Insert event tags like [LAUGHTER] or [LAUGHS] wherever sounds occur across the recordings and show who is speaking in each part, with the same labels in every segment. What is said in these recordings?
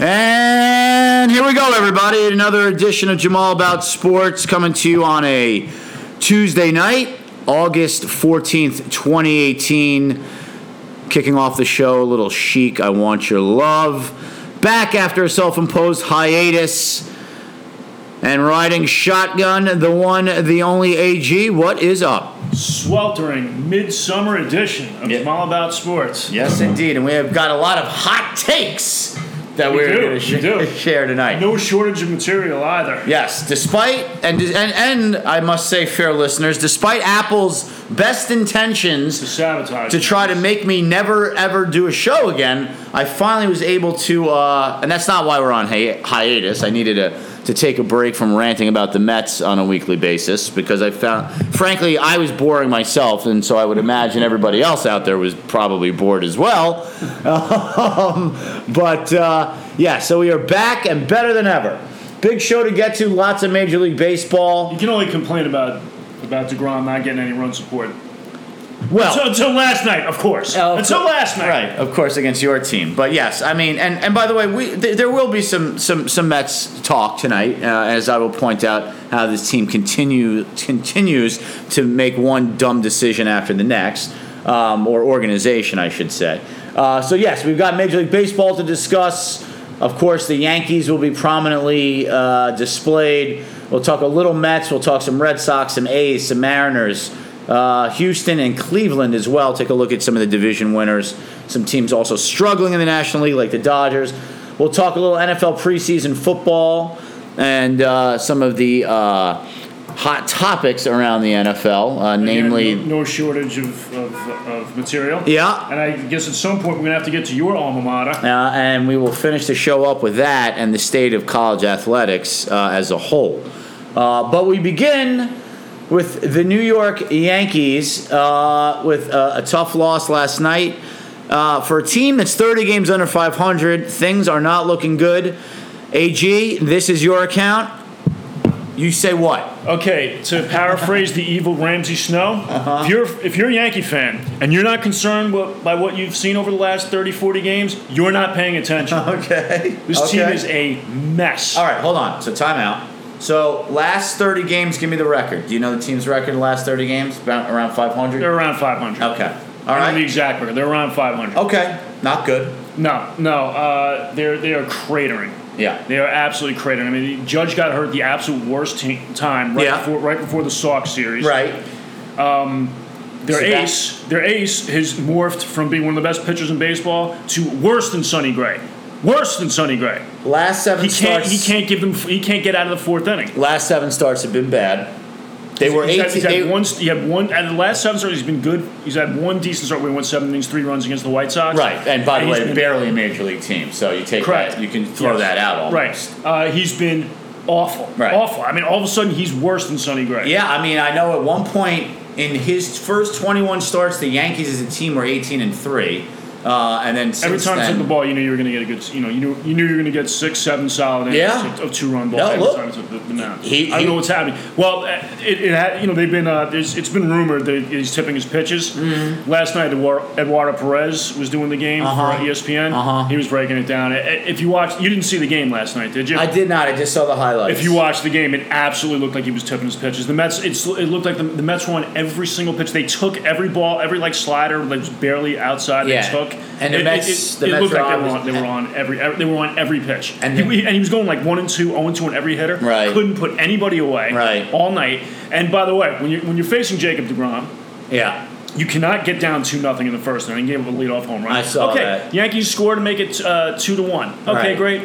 Speaker 1: And here we go, everybody. Another edition of Jamal About Sports coming to you on a Tuesday night, August 14th, 2018. Kicking off the show, a little chic, I Want Your Love. Back after a self imposed hiatus and riding shotgun, the one, the only AG. What is up?
Speaker 2: sweltering midsummer edition of
Speaker 1: Yeah.
Speaker 2: All About Sports.
Speaker 1: Yes, indeed. And we have got a lot of hot takes that we are
Speaker 2: do,
Speaker 1: going to
Speaker 2: we do.
Speaker 1: [LAUGHS] share tonight.
Speaker 2: No shortage of material either.
Speaker 1: Yes, despite and and and I must say, fair listeners, despite Apple's best
Speaker 2: To
Speaker 1: intentions
Speaker 2: sabotage.
Speaker 1: to try to make me never ever do a show again, I finally was able to. Uh, and that's not why we're on hi- hiatus. I needed to to take a break from ranting about the Mets on a weekly basis because I found, frankly, I was boring myself, and so I would imagine everybody else out there was probably bored as well. [LAUGHS] um, but uh, yeah, so we are back and better than ever. Big show to get to. Lots of Major League Baseball.
Speaker 2: you can only complain about about Degrom not getting any run support
Speaker 1: Well,
Speaker 2: so, until last night, of course.
Speaker 1: Oh,
Speaker 2: until last night.
Speaker 1: Right, of course, against your team. But yes, I mean, and, and by the way, we th- there will be some some some Mets talk tonight, uh, as I will point out how this team continue continues to make one dumb decision after the next, um, or organization, I should say. Uh, so yes, we've got Major League Baseball to discuss. Of course, the Yankees will be prominently uh, displayed. We'll talk a little Mets. We'll talk some Red Sox, some A's, some Mariners, uh, Houston, and Cleveland as well. Take a look at some of the division winners. Some teams also struggling in the National League, like the Dodgers. We'll talk a little NFL preseason football and uh, some of the uh, hot topics around the NFL, uh,
Speaker 2: Again,
Speaker 1: namely.
Speaker 2: no, no shortage of, of, of material.
Speaker 1: Yeah.
Speaker 2: And I guess at some point we're gonna have to get to your alma mater.
Speaker 1: Uh, and we will finish the show up with that and the state of college athletics uh, as a whole. Uh, but we begin with the New York Yankees uh, with a, a tough loss last night. Uh, for a team that's 30 games under 500, things are not looking good. AG, this is your account. You say what?
Speaker 2: Okay, to paraphrase the evil Ramsey Snow,
Speaker 1: Uh-huh.
Speaker 2: if you're if you're a Yankee fan and you're not concerned what, by what you've seen over the last 30, 40 games, you're not paying attention.
Speaker 1: Okay.
Speaker 2: This team is a mess.
Speaker 1: All right, hold on. So timeout. So last 30 games, give me the record. Do you know the team's record in the last 30 games? About around 500?
Speaker 2: They're around 500.
Speaker 1: Okay. All
Speaker 2: I don't know the
Speaker 1: right. Oh.
Speaker 2: exact record. They're around 500.
Speaker 1: Okay. Not good.
Speaker 2: No, no. Uh, they're they are cratering.
Speaker 1: Yeah.
Speaker 2: They are absolutely cratering. I mean, the Judge got hurt the absolute worst t- time right
Speaker 1: Yeah.
Speaker 2: before right before the Sox series.
Speaker 1: Right.
Speaker 2: Their
Speaker 1: So that-
Speaker 2: ace, their ace, has morphed from being one of the best pitchers in baseball to worse than Sonny Gray. Worse than Sonny Gray.
Speaker 1: Last seven
Speaker 2: He can't.
Speaker 1: starts.
Speaker 2: He can't give them. He can't get out of the fourth inning.
Speaker 1: Last seven starts have been bad. They were
Speaker 2: He's had,
Speaker 1: 18.
Speaker 2: he's had
Speaker 1: they-
Speaker 2: one. He had one. At the last seven starts, he's been good. He's had one decent start. where he won seven innings, three runs against the White Sox.
Speaker 1: right. And by the
Speaker 2: he's
Speaker 1: way,
Speaker 2: been-
Speaker 1: barely a major league team. So you take
Speaker 2: Correct.
Speaker 1: that. You can throw
Speaker 2: Yes.
Speaker 1: that out. Almost.
Speaker 2: Right. Uh, he's been awful.
Speaker 1: Right.
Speaker 2: Awful. I mean, all of a sudden, he's worse than Sonny Gray.
Speaker 1: Yeah. I mean, I know at one point in his first 21 starts, the Yankees as a team were 18 and three. Uh, and then since
Speaker 2: Every time he
Speaker 1: then,
Speaker 2: took the ball, you knew you were going to get a good. You know, you knew you knew you were going to get six, seven solid innings
Speaker 1: Yeah.
Speaker 2: of, two run ball.
Speaker 1: No,
Speaker 2: every
Speaker 1: look.
Speaker 2: time he took the, the mound.
Speaker 1: He-
Speaker 2: I don't
Speaker 1: he-
Speaker 2: know what's happening. Well, uh, it, it had, you know they've been uh, there's, it's been rumored that he's tipping his pitches. Last night, Eduardo, Eduardo Perez was doing the game
Speaker 1: Mm-hmm. Uh-huh.
Speaker 2: for E ESPN.
Speaker 1: Uh-huh.
Speaker 2: He was breaking it down. I- I- If you watched, you didn't see the game last night, did you?
Speaker 1: I did not. I just saw the highlights.
Speaker 2: If you watched the game, it absolutely looked like he was tipping his pitches. The Mets, it's, it looked like the, the Mets won every single pitch. They took every ball, every like slider that was barely outside.
Speaker 1: Yeah.
Speaker 2: They took,
Speaker 1: And the
Speaker 2: it,
Speaker 1: Mets-
Speaker 2: it,
Speaker 1: the
Speaker 2: it,
Speaker 1: Mets
Speaker 2: looked like
Speaker 1: were
Speaker 2: they were, on,
Speaker 1: always-
Speaker 2: they were on every, every- they were on every pitch.
Speaker 1: And
Speaker 2: And he,
Speaker 1: the-
Speaker 2: he- and he was going like one and two, zero and two on every hitter.
Speaker 1: Right.
Speaker 2: couldn't put anybody away.
Speaker 1: Right.
Speaker 2: all night. And by the way, when you when you're facing Jacob Degrom,
Speaker 1: yeah.
Speaker 2: you cannot get down two nothing in the first inning. He gave up a leadoff home run.
Speaker 1: I saw
Speaker 2: okay,
Speaker 1: that.
Speaker 2: Yankees score to make it uh, two to one. Okay,
Speaker 1: Right.
Speaker 2: great.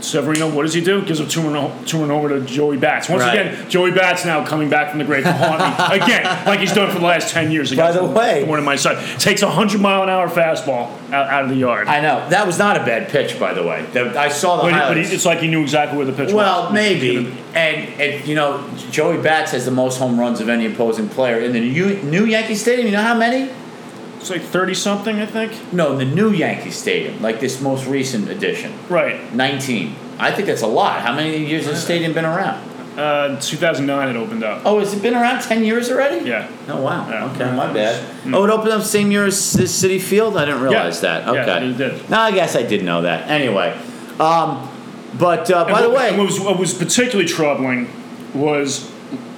Speaker 2: Severino, what does he do? Gives a two run, two run over to Joey Bats. Once
Speaker 1: Right.
Speaker 2: again, Joey Bats now coming back from the grave to haunt me
Speaker 1: [LAUGHS]
Speaker 2: again, like he's done for the last ten years.
Speaker 1: By the way-
Speaker 2: one of my son takes a hundred mile an hour fastball out, out of the yard,
Speaker 1: I know. That was not a bad pitch, by the way. The- I saw the
Speaker 2: but, he-
Speaker 1: highlights.
Speaker 2: but he, it's like he knew exactly where the pitch was.
Speaker 1: Well, maybe, and and you know, Joey Bats has the most home runs of any opposing player in the new, new Yankee Stadium. You know how many?
Speaker 2: It's like thirty something, I think.
Speaker 1: No, in the new Yankee Stadium, like this most recent edition,
Speaker 2: Right,
Speaker 1: nineteen. I think that's a lot. How many years has the stadium been around?
Speaker 2: uh, two thousand nine it opened up.
Speaker 1: Oh, has it been around ten years already?
Speaker 2: Yeah.
Speaker 1: Oh wow.
Speaker 2: Yeah.
Speaker 1: Okay, my bad. Oh, it opened up same year as the City Field. I didn't realize that.
Speaker 2: Yeah,
Speaker 1: Okay.
Speaker 2: it did.
Speaker 1: No, I guess I did know that. Anyway, Um, but uh, by
Speaker 2: And
Speaker 1: the
Speaker 2: what-
Speaker 1: way,
Speaker 2: what was, what was particularly troubling was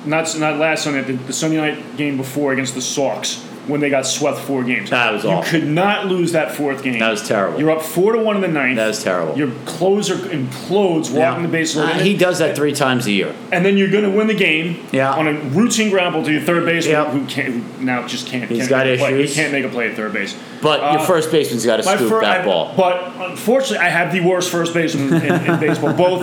Speaker 2: not not last Sunday, the, the Sunday night game before against the Sox when they got swept four games.
Speaker 1: That was
Speaker 2: you
Speaker 1: awful.
Speaker 2: could not lose that fourth game.
Speaker 1: That was terrible.
Speaker 2: You're up four to one in the ninth.
Speaker 1: That was terrible.
Speaker 2: Your closer implodes walking
Speaker 1: Yeah.
Speaker 2: the bases,
Speaker 1: Uh, he does that three times a year.
Speaker 2: and then you're going to win the game
Speaker 1: Yeah.
Speaker 2: on a routine grapple to your third baseman
Speaker 1: Yep.
Speaker 2: who can't who now just can't.
Speaker 1: He's
Speaker 2: can't
Speaker 1: got
Speaker 2: make a Play. He
Speaker 1: issues.
Speaker 2: can't make a play at third base.
Speaker 1: But your
Speaker 2: Uh,
Speaker 1: first baseman's got to
Speaker 2: My
Speaker 1: scoop
Speaker 2: fir-
Speaker 1: that
Speaker 2: I-
Speaker 1: ball.
Speaker 2: But unfortunately, I have the worst first baseman in, in baseball, both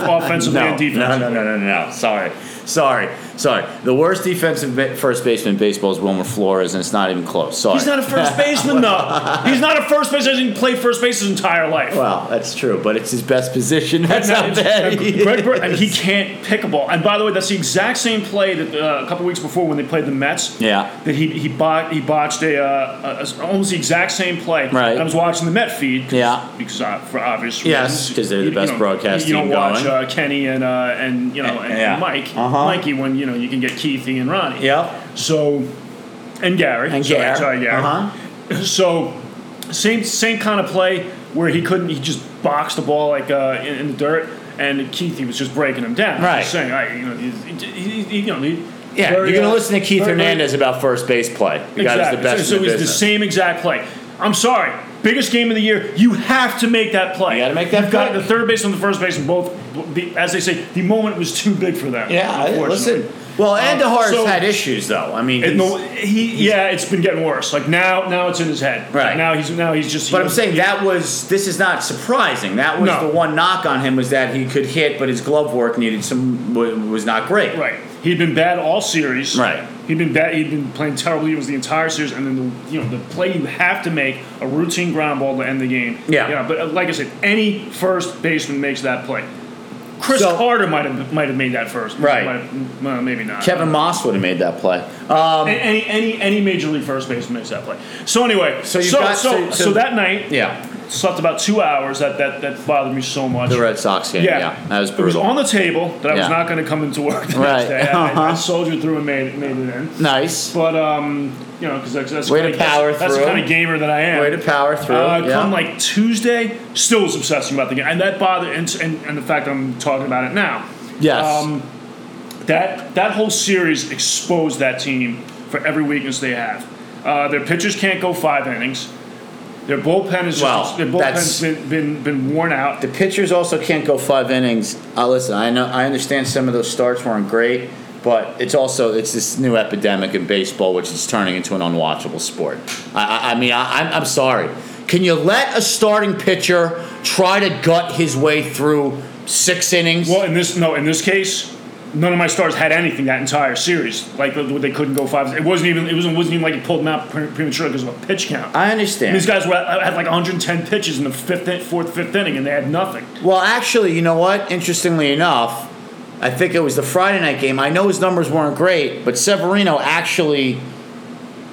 Speaker 1: [LAUGHS]
Speaker 2: offensively
Speaker 1: No,
Speaker 2: and
Speaker 1: no,
Speaker 2: defensively.
Speaker 1: no, no, no, no. Sorry, sorry, sorry. The worst defensive ba- first baseman in baseball is Wilmer Flores, and it's not even close. Sorry.
Speaker 2: He's not a first baseman though. He's not a first baseman. He didn't play first base his entire life.
Speaker 1: well, that's true, but it's his best position. That's
Speaker 2: Now,
Speaker 1: not
Speaker 2: it's-
Speaker 1: bad.
Speaker 2: and Greg Bird, and he can't pick a ball. And by the way, that's the exact same play that uh, a couple weeks before when they played the Mets.
Speaker 1: Yeah.
Speaker 2: That he he bot he botched a, uh, a- a- almost the exact same play.
Speaker 1: Right.
Speaker 2: I was watching the Met feed. 'cause-
Speaker 1: Yeah.
Speaker 2: Because uh, for obvious
Speaker 1: Yes,
Speaker 2: reasons.
Speaker 1: 'cause they're the
Speaker 2: You-
Speaker 1: best
Speaker 2: you know,
Speaker 1: broadcast
Speaker 2: You don't
Speaker 1: team
Speaker 2: watch
Speaker 1: going.
Speaker 2: Uh, Kenny and uh, and you know and,
Speaker 1: Yeah.
Speaker 2: Mike
Speaker 1: Uh-huh.
Speaker 2: Mikey when you know you can get Keithy and Ronnie.
Speaker 1: yeah,
Speaker 2: So and Gary
Speaker 1: and
Speaker 2: sorry,
Speaker 1: Gare.
Speaker 2: sorry, Gary.
Speaker 1: Uh-huh.
Speaker 2: So, same same kind of play where he couldn't. He just boxed the ball like uh, in, in the dirt, and Keith he was just breaking him down.
Speaker 1: Right.
Speaker 2: Just saying, all right, you know, he's, he, he, you know, he,
Speaker 1: Yeah,
Speaker 2: very,
Speaker 1: you're gonna
Speaker 2: uh,
Speaker 1: listen to Keith
Speaker 2: very- very-
Speaker 1: Hernandez about first base play. The guy
Speaker 2: Exactly.
Speaker 1: is the best.
Speaker 2: So,
Speaker 1: in the
Speaker 2: so it's the
Speaker 1: business.
Speaker 2: same exact play. I'm sorry. Biggest game of the year. You have to make that play.
Speaker 1: You gotta make that
Speaker 2: You've got
Speaker 1: play.
Speaker 2: the third base and the first base, and both. The, as they say, the moment was too big for them.
Speaker 1: Yeah, I-
Speaker 2: unfortunately.
Speaker 1: listen. Well, Andahar's
Speaker 2: so-
Speaker 1: had issues though. I mean,
Speaker 2: And
Speaker 1: he's-
Speaker 2: the- he, yeah, it's been getting worse. Like now, now it's in his head.
Speaker 1: Right.
Speaker 2: now, he's now he's just.
Speaker 1: But
Speaker 2: he-
Speaker 1: I'm saying that was this is not surprising. That was
Speaker 2: No.
Speaker 1: the one knock on him was that he could hit, but his glove work needed some wa- was not great.
Speaker 2: Right. He'd been bad all series.
Speaker 1: Right.
Speaker 2: He'd been bad. He'd been playing terrible. He was the entire series, and then the you know the play you have to make a routine ground ball to end the game.
Speaker 1: Yeah.
Speaker 2: You know, but uh, like I said, any first baseman makes that play. Chris
Speaker 1: So-
Speaker 2: Carter might have might have made that first.
Speaker 1: Right.
Speaker 2: Might have- well, maybe not.
Speaker 1: Kevin Moss would have made that play.
Speaker 2: A-
Speaker 1: Um,
Speaker 2: Any any any major league first baseman makes that play. So anyway,
Speaker 1: So
Speaker 2: so
Speaker 1: you've
Speaker 2: so,
Speaker 1: got-
Speaker 2: so,
Speaker 1: so- so-
Speaker 2: that night
Speaker 1: yeah,
Speaker 2: slept about two hours. That that that bothered me so much.
Speaker 1: the Red Sox game. Yeah, that was
Speaker 2: It was
Speaker 1: brutal.
Speaker 2: on the table that I
Speaker 1: Yeah.
Speaker 2: was not going to come into work the
Speaker 1: Right.
Speaker 2: next day. I, I- I
Speaker 1: Uh-huh.
Speaker 2: soldiered through and made, made it in.
Speaker 1: nice
Speaker 2: But um, you know, because that's that's,
Speaker 1: Way to
Speaker 2: kinda- that's-
Speaker 1: power
Speaker 2: that's the
Speaker 1: through.
Speaker 2: kind of gamer that I am.
Speaker 1: way to power through.
Speaker 2: uh,
Speaker 1: yeah.
Speaker 2: Come like Tuesday, still was obsessing about the game, and that bothered, and, and, and the fact I'm talking about it now.
Speaker 1: yes,
Speaker 2: Um, that that whole series exposed that team for every weakness they have. Uh, their pitchers can't go five innings. Their bullpen is
Speaker 1: Well,
Speaker 2: just, their
Speaker 1: that's-
Speaker 2: bullpen's been, been been worn out.
Speaker 1: the pitchers also can't go five innings. Uh, listen, I know I understand some of those starts weren't great, but it's also it's this new epidemic in baseball, which is turning into an unwatchable sport. I, I, I mean, I, I'm, I'm sorry. Can you let a starting pitcher try to gut his way through six innings?
Speaker 2: Well, in this no, in this case, none of my stars had anything that entire series. Like they couldn't go five. It wasn't even. It wasn't. wasn't even like it pulled them out pre- prematurely because of a pitch count.
Speaker 1: I understand.
Speaker 2: These guys were uh, had like 110 pitches in the fifth, in- fourth, fifth inning, and they had nothing.
Speaker 1: Well, actually, you know what? Interestingly enough, I think it was the Friday night game. I know his numbers weren't great, but Severino actually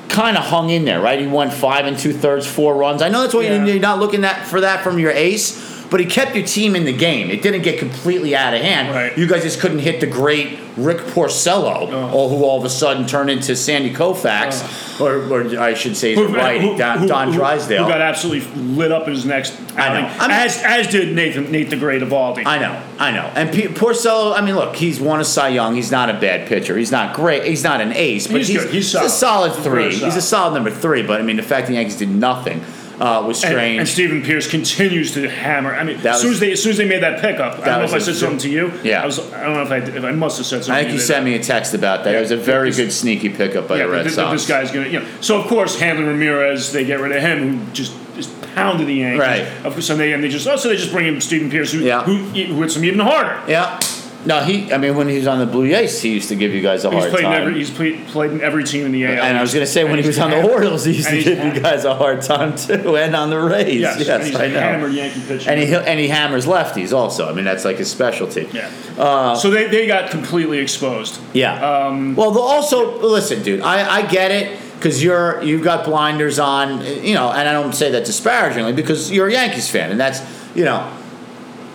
Speaker 1: kind of hung in there, right? He won five and two thirds, four runs. I know that's why
Speaker 2: Yeah.
Speaker 1: you're not looking that for that from your ace, but he kept your team in the game. It didn't get completely out of hand.
Speaker 2: Right.
Speaker 1: You guys just couldn't hit the great Rick Porcello,
Speaker 2: Oh.
Speaker 1: or who all of a sudden turned into Sandy Koufax, or, or I should say, his right, Don, Don Drysdale.
Speaker 2: who got absolutely lit up in his next.
Speaker 1: I know.
Speaker 2: outing,
Speaker 1: I mean-
Speaker 2: as as did Nathan Nate the Great Evaldi.
Speaker 1: I know, I know. And P- Porcello, I mean, look, he's won a Cy Young. He's not a bad pitcher. He's not great. He's not an ace, but he's,
Speaker 2: He's good. He's
Speaker 1: a
Speaker 2: solid.
Speaker 1: solid
Speaker 2: He's
Speaker 1: three.
Speaker 2: very
Speaker 1: He's, a
Speaker 2: solid.
Speaker 1: solid number three. But I mean, the fact the Yankees did nothing uh, was
Speaker 2: and,
Speaker 1: strange.
Speaker 2: and Stephen Pierce continues to hammer. I mean,
Speaker 1: That
Speaker 2: as soon
Speaker 1: was-
Speaker 2: as they as soon as they made that pickup, I don't know
Speaker 1: was
Speaker 2: if I
Speaker 1: a-
Speaker 2: said something to you.
Speaker 1: Yeah.
Speaker 2: I was. I don't know if I did- if I must have said something.
Speaker 1: I think
Speaker 2: to
Speaker 1: you
Speaker 2: that-
Speaker 1: sent me a text about that. it was a
Speaker 2: Yeah,
Speaker 1: very
Speaker 2: this-
Speaker 1: good sneaky pickup by
Speaker 2: Yeah,
Speaker 1: the Red
Speaker 2: th- th-
Speaker 1: Sox.
Speaker 2: this guy's gonna. You know. So of course, Hanlon Ramirez, they get rid of him, who just just pounded the Yankees.
Speaker 1: Right.
Speaker 2: Of course, and they and they just oh, so they just bring in Stephen Pierce, who
Speaker 1: Yeah.
Speaker 2: who, who hits him even harder.
Speaker 1: yeah. No, he. I mean, when he was on the Blue Jays, he used to give you guys a
Speaker 2: He's
Speaker 1: hard
Speaker 2: played in
Speaker 1: time.
Speaker 2: every, he's played, played in every team in the AL.
Speaker 1: and I was going to say
Speaker 2: And
Speaker 1: when he
Speaker 2: he's
Speaker 1: was on the
Speaker 2: hammered-
Speaker 1: Orioles, he used
Speaker 2: and
Speaker 1: to
Speaker 2: he's
Speaker 1: give you
Speaker 2: hammered-
Speaker 1: guys a hard time too, [LAUGHS] and on the Rays.
Speaker 2: Yes,
Speaker 1: Yes,
Speaker 2: and he's
Speaker 1: I know.
Speaker 2: hammered Yankee pitcher.
Speaker 1: And he and he hammers lefties also. I mean, that's like his specialty.
Speaker 2: yeah.
Speaker 1: Uh,
Speaker 2: so they, they got completely exposed.
Speaker 1: Yeah. Um, well, the, also listen, dude. I, I get it because you're you've got blinders on, you know, and I don't say that disparagingly because you're a Yankees fan, and that's you know,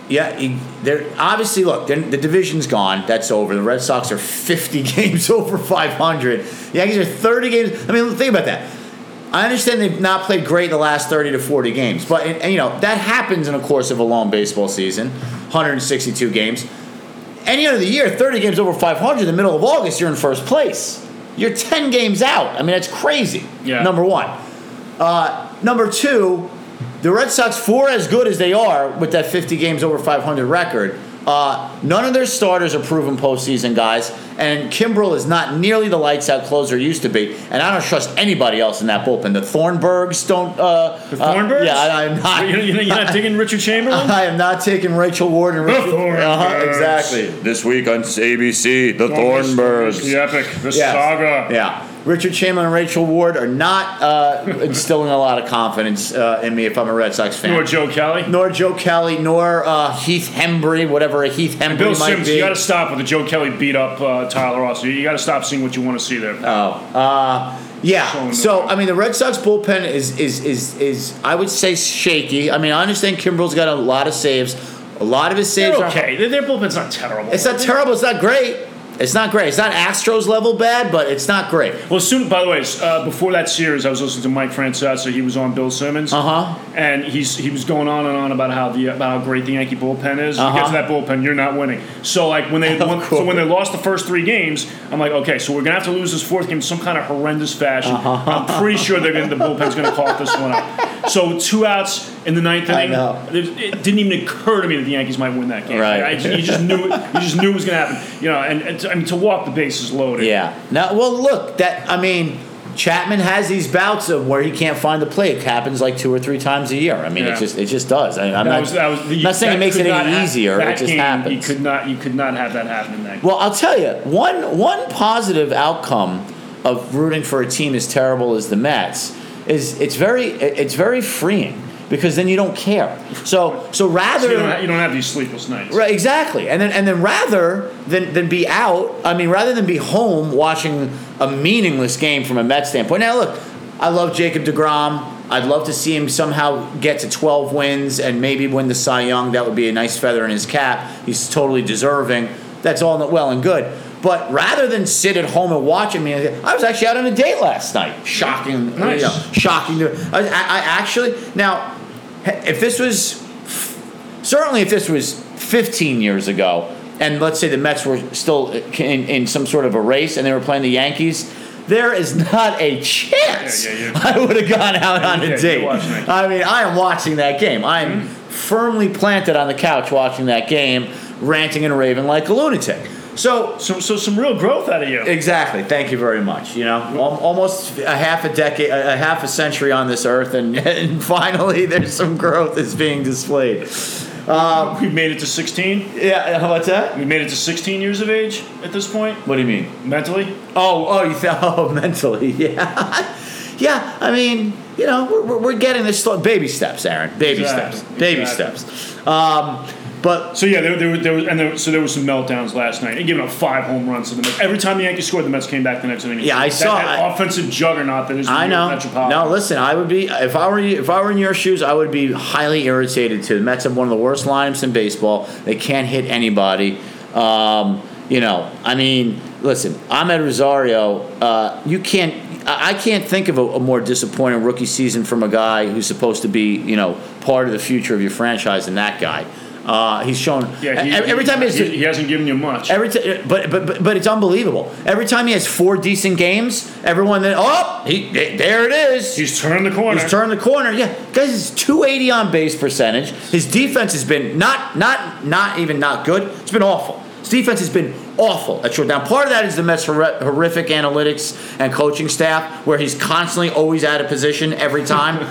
Speaker 1: yeah. You, they're obviously look. They're, the division's gone. That's over. The Red Sox [LAUGHS] are 50 games over 500. Yankees are 30 games. I mean, think about that. I understand they've not played great the last 30 to 40 games, but and, and, you know that happens in the course of a long baseball season, 162 games. Any other year, 30 games over 500 in the middle of August, you're in first place. You're 10 games out. I mean, that's crazy.
Speaker 2: Yeah.
Speaker 1: Number one. Uh, number two, the Red Sox, for as good as they are with that 50 games over 500 record, uh, none of their starters are proven postseason guys, and Kimbrell is not nearly the lights out closer he used to be. And I don't trust anybody else in that bullpen. The Thornburgs don't. Uh,
Speaker 2: The
Speaker 1: uh,
Speaker 2: Thornburgs?
Speaker 1: yeah, I, am not.
Speaker 2: You're, you're not digging Richard
Speaker 1: [LAUGHS]
Speaker 2: Chamberlain?
Speaker 1: I am not taking Rachel Ward and
Speaker 2: The
Speaker 1: Rachel.
Speaker 2: Thornburgs.
Speaker 1: exactly. This week on ABC, the Thornburgs.
Speaker 2: The epic, the
Speaker 1: Yes.
Speaker 2: saga.
Speaker 1: Yeah. Richard Chamberlain and Rachel Ward are not uh, [LAUGHS] instilling a lot of confidence uh, in me if I'm a Red Sox fan.
Speaker 2: Nor Joe Kelly.
Speaker 1: nor Joe Kelly, nor uh, Heath Hembry, whatever a Heath Hembry
Speaker 2: Bill
Speaker 1: might
Speaker 2: Sims,
Speaker 1: be.
Speaker 2: you got to stop with the Joe Kelly beat up uh, Tyler Ross. You got to stop seeing what you want to see there.
Speaker 1: oh, uh, yeah.
Speaker 2: Showing
Speaker 1: So
Speaker 2: no-
Speaker 1: I mean, the Red Sox bullpen is is is is I would say shaky. I mean, I understand Kimbrel's got a lot of saves. A lot of his saves
Speaker 2: They're
Speaker 1: are
Speaker 2: okay. Their, their bullpen's not terrible.
Speaker 1: It's not terrible. It's not great. It's not great. It's not Astros level bad, but it's not great.
Speaker 2: well, soon. By the way, uh, before that series, I was listening to Mike Francesa. He was on Bill Simmons,
Speaker 1: Uh huh.
Speaker 2: and he's he was going on and on about how the about how great the Yankee bullpen is. You get
Speaker 1: Uh-huh.
Speaker 2: to that bullpen, you're not winning. So like when
Speaker 1: [LAUGHS]
Speaker 2: they
Speaker 1: Of
Speaker 2: when, so
Speaker 1: course.
Speaker 2: when they lost the first three games, I'm like, okay, so we're gonna have to lose this fourth game in some kind of horrendous fashion.
Speaker 1: Uh-huh.
Speaker 2: I'm pretty sure they're gonna, the bullpen's gonna cough this one up. So two outs in the ninth inning.
Speaker 1: know.
Speaker 2: There's- It didn't even occur to me that the Yankees might win that game.
Speaker 1: Right.
Speaker 2: I- you just knew it, you just knew it was gonna happen. You know, and, and to, I mean to walk the bases loaded.
Speaker 1: Yeah. Now, well, look. That I mean, Chapman has these bouts of where he can't find the plate. It happens like two or three times a year. I mean,
Speaker 2: Yeah.
Speaker 1: it just it just does. I, I'm
Speaker 2: That
Speaker 1: not,
Speaker 2: was, that was, the,
Speaker 1: not saying
Speaker 2: that
Speaker 1: it makes
Speaker 2: could
Speaker 1: it
Speaker 2: not
Speaker 1: any
Speaker 2: hap-
Speaker 1: easier.
Speaker 2: that
Speaker 1: It just
Speaker 2: game, You
Speaker 1: happens.
Speaker 2: could not, you could not have that happen in that game.
Speaker 1: Well, I'll tell you one one positive outcome of rooting for a team as terrible as the Mets is it's very it's very freeing because then you don't care. So so rather
Speaker 2: So you, don't ha- you don't have these sleepless nights.
Speaker 1: Right, exactly. And then and then rather than, than be out, I mean, rather than be home watching a meaningless game from a Mets standpoint. Now, look, I love Jacob DeGrom. I'd love to see him somehow get to 12 wins and maybe win the Cy Young. That would be a nice feather in his cap. He's totally deserving. That's all well and good. But rather than sit at home and watch, I mean, I was actually out on a date last night. Shocking,
Speaker 2: Nice.
Speaker 1: you know, shocking. To, I, I, I actually now, if this was certainly if this was 15 years ago and let's say the mets were still in, in some sort of a race and they were playing the yankees there is not a chance
Speaker 2: Yeah, yeah,
Speaker 1: i would have gone out on
Speaker 2: Yeah,
Speaker 1: a
Speaker 2: you're
Speaker 1: date
Speaker 2: watching Mm-hmm. that game.
Speaker 1: i mean i am watching that game i am firmly planted on the couch watching that game ranting and raving like a lunatic so
Speaker 2: So, so some real growth out of you.
Speaker 1: Exactly. Thank you very much. You know, al- almost a half a decade, a a half a century on this earth, and, [LAUGHS] and finally, there's some growth is being displayed.
Speaker 2: we made it to 16.
Speaker 1: Yeah, what's that?
Speaker 2: We made it to 16 years of age at this point,
Speaker 1: What do you mean?
Speaker 2: mentally.
Speaker 1: Oh, oh, you th- [LAUGHS] oh, mentally, yeah, yeah. I mean, you know, we're, we're, we're getting this slow, baby steps, Aaron. Baby
Speaker 2: Exactly,
Speaker 1: steps, baby
Speaker 2: exactly.
Speaker 1: steps. Um, but
Speaker 2: So yeah, there, there, were- there was, and there, so there were some meltdowns last night. And giving up five home runs to the Mets. Every time the Yankees scored, the Mets came back the next inning.
Speaker 1: Yeah, I
Speaker 2: That-
Speaker 1: saw-
Speaker 2: that
Speaker 1: I-
Speaker 2: offensive juggernaut that is.
Speaker 1: I
Speaker 2: the
Speaker 1: know.
Speaker 2: Metropolitan.
Speaker 1: No, listen, I would be if I were you- if I were in your shoes, I would be highly irritated too. The Mets have one of the worst lineups in baseball. They can't hit anybody. Um, you know, I mean, listen, Ahmed Rosario. Uh, you can't. I I can't think of a, a more disappointing rookie season from a guy who's supposed to be, you know, part of the future of your franchise than that guy. Uh, he's shown
Speaker 2: Yeah, he,
Speaker 1: e- every time
Speaker 2: he,
Speaker 1: he's
Speaker 2: he, he hasn't given you much.
Speaker 1: Every t- but, but but but it's unbelievable. Every time he has four decent games, everyone then oh he there it is.
Speaker 2: He's turned the corner.
Speaker 1: He's turned the corner. Yeah, guys, it's 280 on base percentage. His defense has been not not not even not good. It's been awful. His defense has been awful at short. Now, part of that is the Mets' horri- horrific analytics and coaching staff, where he's constantly always out of position every time.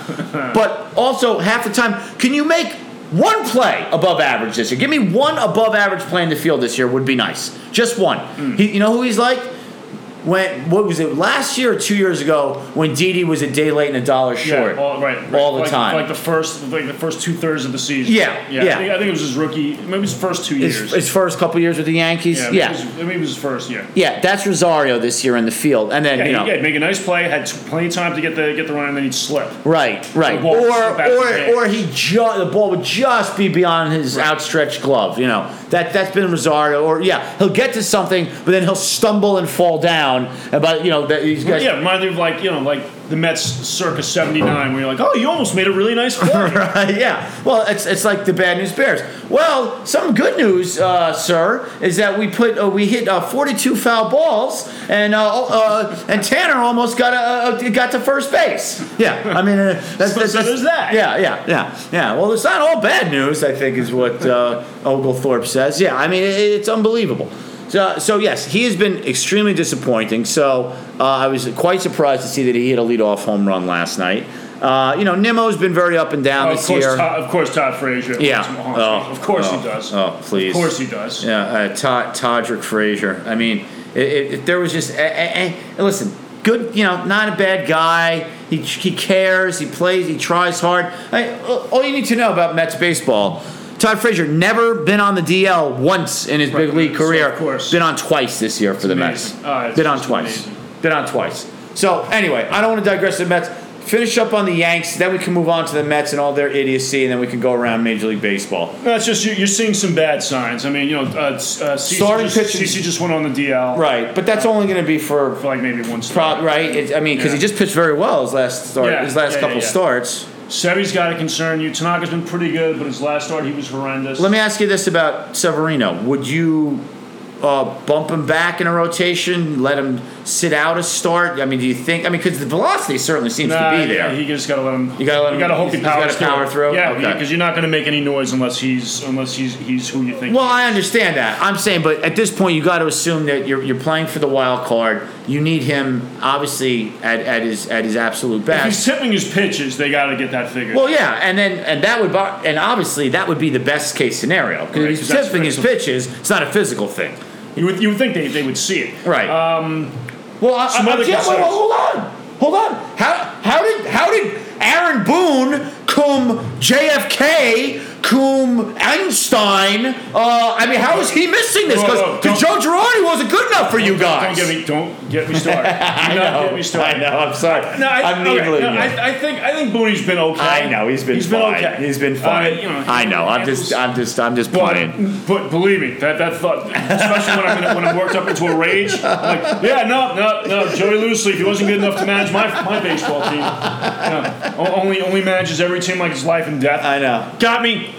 Speaker 1: but also half the time, can you make one play above average this year? Give me one above average play in the field this year would be nice. Just one. He, you know who he's like? when what was it last year or two years ago when Didi was a day late and a dollar short?
Speaker 2: Yeah, all, right, right.
Speaker 1: all the
Speaker 2: like,
Speaker 1: time.
Speaker 2: Like the first, like the first two thirds of the season.
Speaker 1: Yeah,
Speaker 2: I
Speaker 1: yeah.
Speaker 2: think, I think it was his rookie. Maybe his first two
Speaker 1: his,
Speaker 2: years.
Speaker 1: his first couple years with the Yankees, yeah,
Speaker 2: yeah, maybe
Speaker 1: yeah.
Speaker 2: It was, maybe it was his first year.
Speaker 1: that's Rosario this year in the field, and then
Speaker 2: Yeah,
Speaker 1: you know,
Speaker 2: he did make a nice play. Had t- plenty of time to get the get the run, and then he'd slip.
Speaker 1: right, right,
Speaker 2: The ball
Speaker 1: or
Speaker 2: slipped back to the
Speaker 1: or or he ju- the ball would just be beyond his
Speaker 2: Right.
Speaker 1: outstretched glove. You know, that that's been Rosario, or yeah, he'll get to something, but then he'll stumble and fall down. About you know that these guys,
Speaker 2: Yeah, reminded me of like you know like the Mets circa 79, where you're like, oh, you almost made a really nice play.
Speaker 1: [LAUGHS] Right, yeah. Well, it's it's like the bad news bears. Well, some good news, uh, sir, is that we put uh, we hit uh, 42 foul balls, and uh, uh, and Tanner almost got uh, uh, got to first base. Yeah, I mean uh, that's, that's,
Speaker 2: so
Speaker 1: that's-
Speaker 2: there's that.
Speaker 1: Yeah, yeah, yeah, yeah. Well, it's not all bad news. I think is what [LAUGHS] uh, Oglethorpe says. Yeah, I mean it, it's unbelievable. So, so yes, he has been extremely disappointing. So uh, I was quite surprised to see that he hit a leadoff home run last night. Uh, you know, Nimmo's been very up and down
Speaker 2: Oh, of,
Speaker 1: this
Speaker 2: course,
Speaker 1: year.
Speaker 2: Todd, of course, Todd Frazier.
Speaker 1: Yeah.
Speaker 2: wants Mahomes.
Speaker 1: Oh,
Speaker 2: of course
Speaker 1: oh,
Speaker 2: he does.
Speaker 1: oh, please.
Speaker 2: Of course he does.
Speaker 1: Yeah, uh, Todd, Todrick Frazier. I mean, i- i- if there was just, eh, eh, eh, listen, good, you know, not a bad guy. He, he cares. He plays. He tries hard. I, all you need to know about Mets baseball. Todd Frazier never been on the DL once in his
Speaker 2: Right,
Speaker 1: big league
Speaker 2: so of
Speaker 1: career.
Speaker 2: course.
Speaker 1: Been on twice this year for the
Speaker 2: amazing.
Speaker 1: Mets.
Speaker 2: Oh, it's
Speaker 1: been on
Speaker 2: just
Speaker 1: twice.
Speaker 2: amazing.
Speaker 1: Been on twice. So anyway, I don't want to digress to the Mets. Finish up on the Yanks, then we can move on to the Mets and all their idiocy, and then we can go around Major League Baseball.
Speaker 2: No, it's just you- you're seeing some bad signs. I mean, you know, uh, s- uh, CC,
Speaker 1: Starting
Speaker 2: just,
Speaker 1: pitching-
Speaker 2: CC just went on the DL
Speaker 1: Right, but that's only going to be for
Speaker 2: for like maybe one start.
Speaker 1: Pro- right? It, I mean, because he
Speaker 2: Yeah.
Speaker 1: just pitched very well his last start,
Speaker 2: Yeah,
Speaker 1: his last
Speaker 2: yeah, yeah,
Speaker 1: couple
Speaker 2: yeah.
Speaker 1: starts.
Speaker 2: Sebi's got to concern you. Tanaka's been pretty good, but his last start he was horrendous.
Speaker 1: Let me ask you this about Severino: Would you uh, bump him back in a rotation? Let him sit out a start? I mean, do you think? I mean, because the velocity certainly seems
Speaker 2: Nah,
Speaker 1: to be
Speaker 2: yeah,
Speaker 1: there.
Speaker 2: He just got to let him.
Speaker 1: You gotta let him-
Speaker 2: You got to hope he
Speaker 1: he's- he's gotta power
Speaker 2: powers
Speaker 1: through?
Speaker 2: Yeah,
Speaker 1: Okay.
Speaker 2: because you're not going to make any noise unless he's unless he's he's who you think.
Speaker 1: well, I understand that. I'm saying, but at this point, you got to assume that you're, you're playing for the wild card. You need him, obviously, at, at his at his absolute
Speaker 2: if
Speaker 1: best.
Speaker 2: he's tipping his pitches, they got to get that figured.
Speaker 1: Well, yeah, and then and that would bar- and obviously that would be the best case scenario because
Speaker 2: Right,
Speaker 1: if he's
Speaker 2: 'cause that's
Speaker 1: tipping his pitches, it's not a physical thing,
Speaker 2: you would you would think they, they would see it.
Speaker 1: right? Um, well, I,
Speaker 2: some
Speaker 1: I, I
Speaker 2: other
Speaker 1: can't- wait,
Speaker 2: concerns.
Speaker 1: wait, hold on, hold on. How how did how did Aaron Boone cum JFK cum Einstein? Uh, I mean, how is he missing this?
Speaker 2: Whoa, whoa,
Speaker 1: Because
Speaker 2: don't-
Speaker 1: Joe Girardi wasn't good enough for you
Speaker 2: Don't
Speaker 1: guys.
Speaker 2: get me don't get
Speaker 1: [LAUGHS]
Speaker 2: me started.
Speaker 1: I
Speaker 2: Do not
Speaker 1: know.
Speaker 2: get me started.
Speaker 1: I know. I'm sorry.
Speaker 2: No, I,
Speaker 1: I'm
Speaker 2: okay,
Speaker 1: needling
Speaker 2: no,
Speaker 1: you.
Speaker 2: I, I think I think Booney's been okay.
Speaker 1: I know he's been fine. He's been fine.
Speaker 2: Uh, you know,
Speaker 1: I know. I'm just. I'm just. I'm just playing.
Speaker 2: But, but believe me, that, that thought, especially when I'm, in, when I'm worked up into a rage, I'm like, yeah, no, no, no, Joey Loosely, he wasn't good enough to manage my, my baseball team. No, o- only only manages every team like it's life and death.
Speaker 1: I know.
Speaker 2: Got me,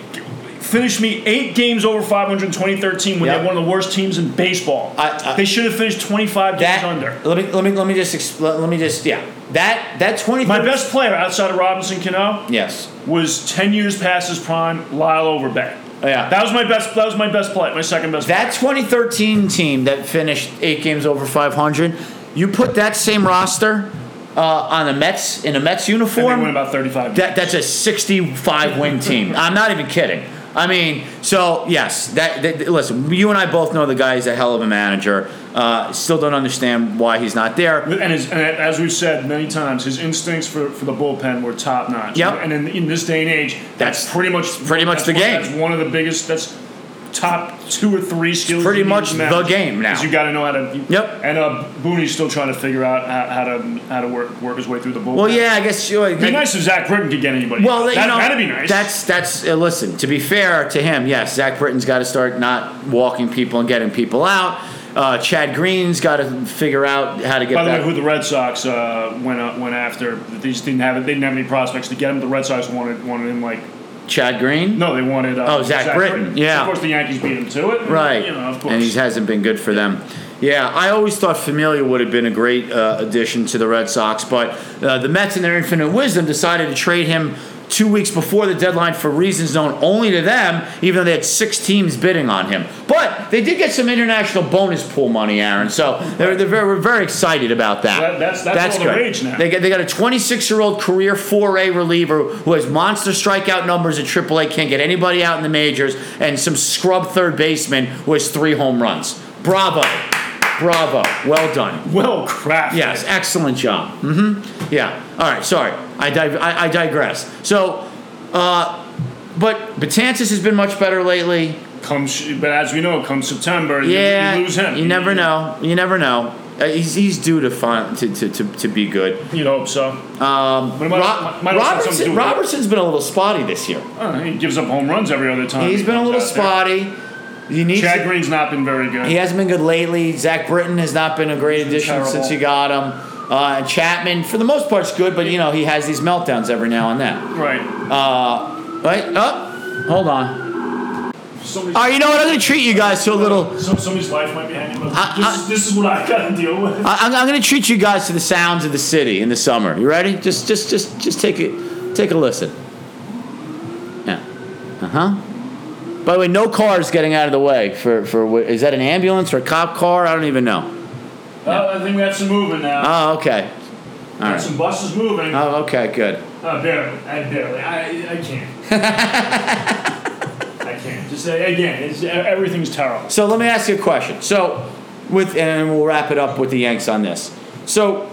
Speaker 2: finished me eight games over 500 in 2013 when
Speaker 1: Yep.
Speaker 2: they're one of the worst teams in baseball.
Speaker 1: I- I-
Speaker 2: they should have finished 25
Speaker 1: That
Speaker 2: games under.
Speaker 1: let me let me let me just expl- let me just yeah that that twenty
Speaker 2: My best player outside of Robinson Cano
Speaker 1: yes
Speaker 2: was 10 years past his prime, Lyle Overbeck.
Speaker 1: yeah
Speaker 2: That was my best. That was my best play. My second best.
Speaker 1: that 2013 team that finished eight games over 500 you put that same roster uh, on the Mets in a Mets
Speaker 2: play. and they
Speaker 1: uniform
Speaker 2: won about 35.
Speaker 1: that that's a 65 win
Speaker 2: [LAUGHS]
Speaker 1: team I'm not even kidding I mean so yes that, that listen you and I both know the guy is a hell of a manager uh, still don't understand why he's not there
Speaker 2: And, his, and as we've said many times, his instincts for, for the bullpen were top notch.
Speaker 1: Yep.
Speaker 2: And in, in this day and age, that's,
Speaker 1: That's
Speaker 2: pretty much
Speaker 1: pretty much
Speaker 2: that's
Speaker 1: the
Speaker 2: one-
Speaker 1: game.
Speaker 2: That's one of the biggest. That's top two or three skills.
Speaker 1: pretty
Speaker 2: you need
Speaker 1: much
Speaker 2: to manage,
Speaker 1: the game now.
Speaker 2: Is you got to know how to.
Speaker 1: Yep.
Speaker 2: And uh, Booney's still trying to figure out how, how to how to work work his way through the bullpen.
Speaker 1: well yeah I guess you
Speaker 2: It'd be nice if Zach Britton could get anybody.
Speaker 1: Well,
Speaker 2: that,
Speaker 1: you know,
Speaker 2: that'd be nice.
Speaker 1: That's that's uh, listen. To be fair to him, yes, Zach Britton's got to start not walking people and getting people out. Uh, Chad Green's got to figure out how to get
Speaker 2: By the way,
Speaker 1: back.
Speaker 2: who the Red Sox uh, went uh, went after? They just didn't have it. They didn't have any prospects to get him. The Red Sox wanted wanted him like
Speaker 1: Chad Green,
Speaker 2: no, they wanted uh,
Speaker 1: Oh, Zach Britton, yeah.
Speaker 2: Of course, the Yankees beat him to it.
Speaker 1: right?
Speaker 2: You know, of course.
Speaker 1: and he hasn't been good for them. Yeah, I always thought Familia would have been a great uh, addition to the Red Sox, but uh, the Mets, in their infinite wisdom, decided to trade him two weeks before the deadline for reasons known only to them, even though they had six teams bidding on him. But they did get some international bonus pool money, Aaron. So they're, they're very, we're very excited about that.
Speaker 2: That- that's- that's all the rage now.
Speaker 1: They got, they got a 26 year old career 4A reliever who has monster strikeout numbers at AAA, can't get anybody out in the majors, and some scrub third baseman who has three home runs. Bravo. Bravo. Well done.
Speaker 2: well crafted.
Speaker 1: Yes, excellent job. hmm Yeah. All right, sorry. I, dig- I, I digress. So, uh, but Batantis has been much better lately.
Speaker 2: Comes, but as we know, come September, you-
Speaker 1: Yeah,
Speaker 2: you, lose him.
Speaker 1: You never know. You never know. Uh, he's, he's due to, find, to, to, to, to be good.
Speaker 2: You'd hope so. Um, but it might,
Speaker 1: Ro-
Speaker 2: might also have something to
Speaker 1: Robertson,
Speaker 2: do with it.
Speaker 1: Robertson's been a little spotty this year.
Speaker 2: Uh, he gives up home runs every other time.
Speaker 1: He's
Speaker 2: he
Speaker 1: been a
Speaker 2: comes
Speaker 1: little
Speaker 2: out there.
Speaker 1: spotty. You need
Speaker 2: Um, uh, Chad
Speaker 1: to-
Speaker 2: Green's not been very good.
Speaker 1: he hasn't been good lately. Zach Britton has not been a great addition
Speaker 2: terrible.
Speaker 1: since you got him. Uh, and Chapman, for the most part, is good, but you know he has these meltdowns every now and then.
Speaker 2: Right.
Speaker 1: Uh, wait, oh, hold on.
Speaker 2: Somebody's,
Speaker 1: All right, you know what? I'm gonna treat you guys to a little.
Speaker 2: some, somebody's life might be hanging. But
Speaker 1: I-
Speaker 2: this, this is what I got to deal with.
Speaker 1: I, I'm, I'm going to treat you guys to the sounds of the city in the summer. You ready? Just, just, just, just take a, take a listen. Yeah. Uh huh. By the way, no cars getting out of the way for for wh- is that an ambulance or a cop car? I don't even know.
Speaker 2: Uh, I think we have some moving now.
Speaker 1: Oh, okay. All
Speaker 2: Got
Speaker 1: right.
Speaker 2: Some buses moving.
Speaker 1: Oh, okay. Good.
Speaker 2: Uh, barely. I barely. I,
Speaker 1: [LAUGHS]
Speaker 2: I can't. I can't. Just uh, again, it's, e- everything's terrible.
Speaker 1: So let me ask you a question. So, with and we'll wrap it up with the Yanks on this. So,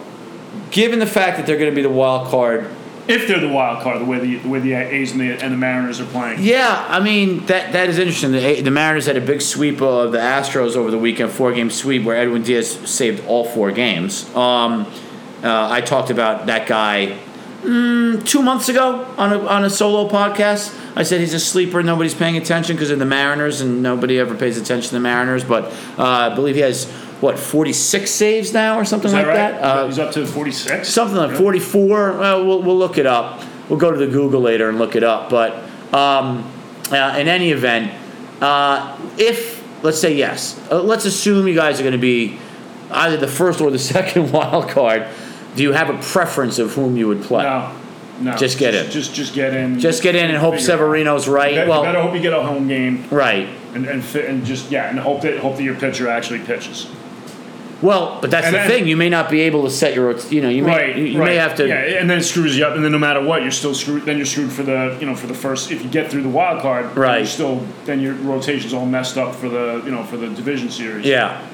Speaker 1: given the fact that they're going to be the wild card
Speaker 2: If they're the wild card, the way the, the way the uh, A's and the, and the Mariners are playing.
Speaker 1: Yeah, I mean that that is interesting. The, the Mariners had a big sweep of the Astros over the weekend, four game sweep where Edwin Diaz saved all four games. Um, uh, I talked about that guy mm, two months ago on a on a solo podcast. I said he's a sleeper. Nobody's paying attention because of the Mariners, and nobody ever pays attention to the Mariners. But uh, I believe he has what forty six saves now or something
Speaker 2: Is that
Speaker 1: like
Speaker 2: right?
Speaker 1: that. Uh,
Speaker 2: He's up to 46.
Speaker 1: something like
Speaker 2: Yeah.
Speaker 1: 44. Well, we'll we'll look it up. We'll go to the Google later and look it up. But um, uh, in any event, uh, if let's say yes, uh, let's assume you guys are going to be either the first or the [LAUGHS] second wild card. Do you have a preference of whom you would play?
Speaker 2: No, no.
Speaker 1: Just get in.
Speaker 2: Just just get in.
Speaker 1: Just get in and hope
Speaker 2: Figure it out.
Speaker 1: Severino's
Speaker 2: You
Speaker 1: right.
Speaker 2: bet- you
Speaker 1: well,
Speaker 2: better hope you get a home game
Speaker 1: right.
Speaker 2: and and, fit, and just yeah, and hope that hope that your pitcher actually pitches.
Speaker 1: Well, but that's
Speaker 2: And
Speaker 1: the
Speaker 2: then-
Speaker 1: thing. You may not be able to set your. rot- You know, you may
Speaker 2: right.
Speaker 1: you, you
Speaker 2: right.
Speaker 1: may have to.
Speaker 2: Yeah, and then it screws you up, and then no matter what, you're still screwed. Then you're screwed for the you know for the first if you get through the wild card. then
Speaker 1: Right.
Speaker 2: You're still then your rotation's all messed up for the you know for the division series.
Speaker 1: yeah.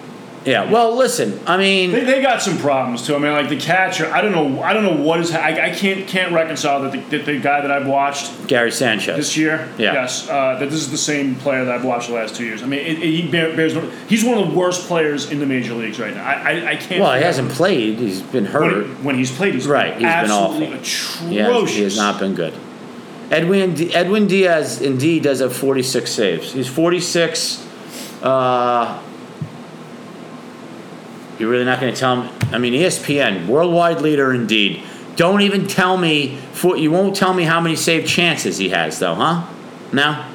Speaker 1: Yeah. Well, listen. I mean,
Speaker 2: They, they got some problems too. I mean, like the catcher. I don't know. I don't know what is. ha- I, I can't can't reconcile that the, that the guy that I've watched
Speaker 1: Gary Sanchez.
Speaker 2: this year.
Speaker 1: Yeah.
Speaker 2: Yes. Uh, that this is the same player that I've watched the last two years. I mean, it, it- he bear, bears. No, he's one of the worst players in the major leagues right now. I I, I can't.
Speaker 1: Well, he hasn't played. He's been
Speaker 2: When,
Speaker 1: hurt.
Speaker 2: when he's played, he's
Speaker 1: Right, he's been
Speaker 2: absolutely
Speaker 1: awful.
Speaker 2: atrocious.
Speaker 1: He has, he has not been good. Edwin Edwin Diaz indeed does have 46 saves. He's 46. Uh, you're really not going to tell me. I mean, E ESPN worldwide leader indeed. Don't even tell me. For, you won't tell me how many save chances he has, though, huh? No.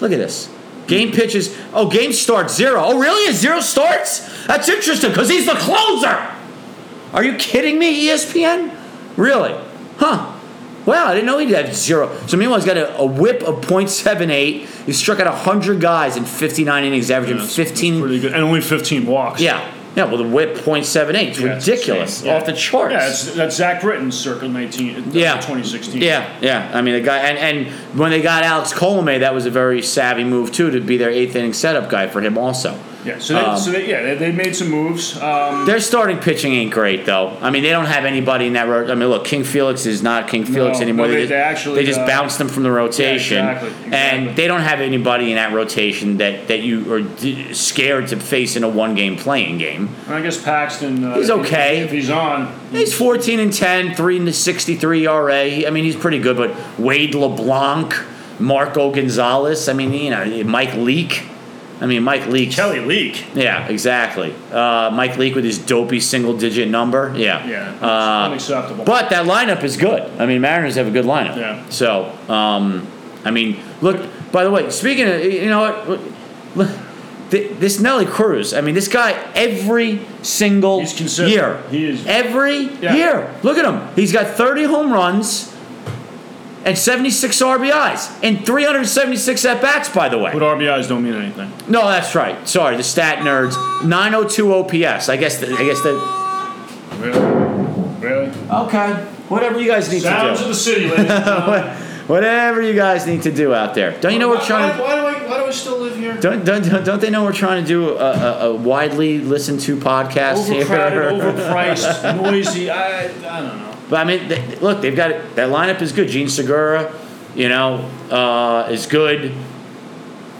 Speaker 1: Look at this. Game pitches. Oh, game starts zero. Oh, really? Is zero starts? That's interesting because he's the closer. Are you kidding me, E ESPN? Really? Huh. Wow, I didn't know he'd have zero. So meanwhile, he's got a, a whip of .78. He struck out 100 guys in 59 innings, averaging
Speaker 2: Yeah, that's- that's
Speaker 1: 15.
Speaker 2: pretty good, and only 15 walks.
Speaker 1: yeah. Yeah, well, the whip .78. It's
Speaker 2: Yeah, it's
Speaker 1: ridiculous.
Speaker 2: insane. Yeah.
Speaker 1: Off the charts.
Speaker 2: Yeah, it's, that's Zach Britton circa 19,
Speaker 1: Yeah.
Speaker 2: 2016.
Speaker 1: Yeah, yeah. I mean, the guy, and, and when they got Alex Colomay, that was a very savvy move too to be their eighth inning setup guy for him. Also,
Speaker 2: Yeah, so, they,
Speaker 1: Um,
Speaker 2: so they, yeah, they, they made some moves. Um,
Speaker 1: their starting pitching ain't great though. I mean, they don't have anybody in that. Ro- I mean, look, King Felix is not King Felix
Speaker 2: No,
Speaker 1: anymore.
Speaker 2: no,
Speaker 1: they,
Speaker 2: they-
Speaker 1: just,
Speaker 2: they actually,
Speaker 1: they just
Speaker 2: uh,
Speaker 1: bounced them from the rotation,
Speaker 2: Yeah, exactly, exactly.
Speaker 1: and they don't have anybody in that rotation that that you are d- scared to face in a one game playing game.
Speaker 2: and I guess Paxton. Uh,
Speaker 1: He's
Speaker 2: if-
Speaker 1: okay.
Speaker 2: If he's on,
Speaker 1: He's 14 and 10, 3 and 63 RA. He- I mean, he's pretty good, but Wade LeBlanc, Marco Gonzalez, I mean, you know, Mike Leake. I mean, Mike Leake.
Speaker 2: Kelly Leak.
Speaker 1: Yeah, exactly. Uh, Mike Leake with his dopey single digit number. Yeah.
Speaker 2: Yeah, it's
Speaker 1: Uh,
Speaker 2: unacceptable.
Speaker 1: but that lineup is good. I mean, Mariners have a good lineup.
Speaker 2: Yeah.
Speaker 1: So, um, I mean, look. By the way, speaking of, you know what? Look, Look, thi- this Nelly Cruz. I mean, this guy every single
Speaker 2: He's consistent.
Speaker 1: year.
Speaker 2: He is-
Speaker 1: every
Speaker 2: Yeah.
Speaker 1: year. Look at him. He's got 30 home runs and 76 RBIs and 376 at bats. By the way.
Speaker 2: But RBIs don't mean anything.
Speaker 1: No, that's right. Sorry, the stat nerds. 902 OPS. I guess. The, I guess the.
Speaker 2: Really? Really?
Speaker 1: Okay. Whatever you guys need
Speaker 2: Sounds
Speaker 1: to
Speaker 2: of
Speaker 1: do.
Speaker 2: the city,
Speaker 1: [LAUGHS]
Speaker 2: ladies and gentlemen.
Speaker 1: Whatever you guys need to do out there. Don't you know we're trying to?
Speaker 2: why, do I, why do I still live here?
Speaker 1: Don't, don't, don't, don't they know we're trying to do a, a, a widely listened to podcast
Speaker 2: Overcrowded,
Speaker 1: [LAUGHS] here?
Speaker 2: overpriced, noisy. I, I don't know.
Speaker 1: But I mean, they, look, they've got that lineup is good. Gene Segura, you know, uh, is good.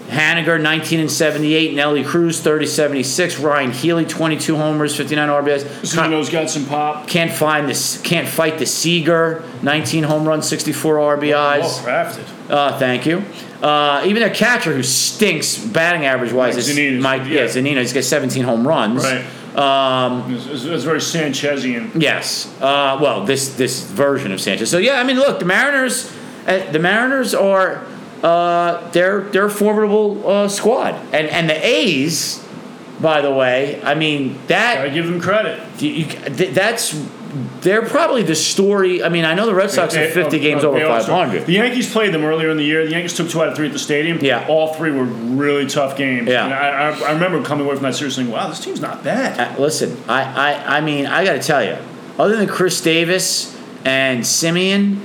Speaker 1: Haniger, 19 and 78. Nelly Cruz, 30 76. Ryan Healy, 22 homers, 59 RBIs. Con-
Speaker 2: Zeno's got some pop.
Speaker 1: Can't find this. Can't fight the Seager. 19 home runs, 64
Speaker 2: Well
Speaker 1: RBIs.
Speaker 2: crafted.
Speaker 1: Uh, thank you. Uh, even their catcher, who stinks batting average wise,
Speaker 2: Like
Speaker 1: is
Speaker 2: Zunino.
Speaker 1: Mike. Yeah,
Speaker 2: Yeah.
Speaker 1: Zanino. He's got 17 home runs. Um,
Speaker 2: Right. It's, it's- it's very Sanchezian.
Speaker 1: Yes. Uh, well, this this version of Sanchez. So yeah, I mean, look, the Mariners, uh, the Mariners are uh, they're they're a formidable uh, squad, and and the A's, by the way, I mean
Speaker 2: I
Speaker 1: that
Speaker 2: give them credit.
Speaker 1: you, you- th- that's they're probably the story. I mean, I know the Red Sox are
Speaker 2: They-
Speaker 1: fifty
Speaker 2: oh,
Speaker 1: games
Speaker 2: oh,
Speaker 1: over
Speaker 2: they are
Speaker 1: five
Speaker 2: strong.
Speaker 1: hundred.
Speaker 2: The Yankees played them earlier in the year. The Yankees took two out of three at the stadium.
Speaker 1: Yeah.
Speaker 2: All three were really tough games.
Speaker 1: Yeah.
Speaker 2: And I, I, I remember coming away from that series saying, wow, this team's not bad.
Speaker 1: Uh, listen, I, I I mean, I got to tell you, other than Chris Davis and Simeon,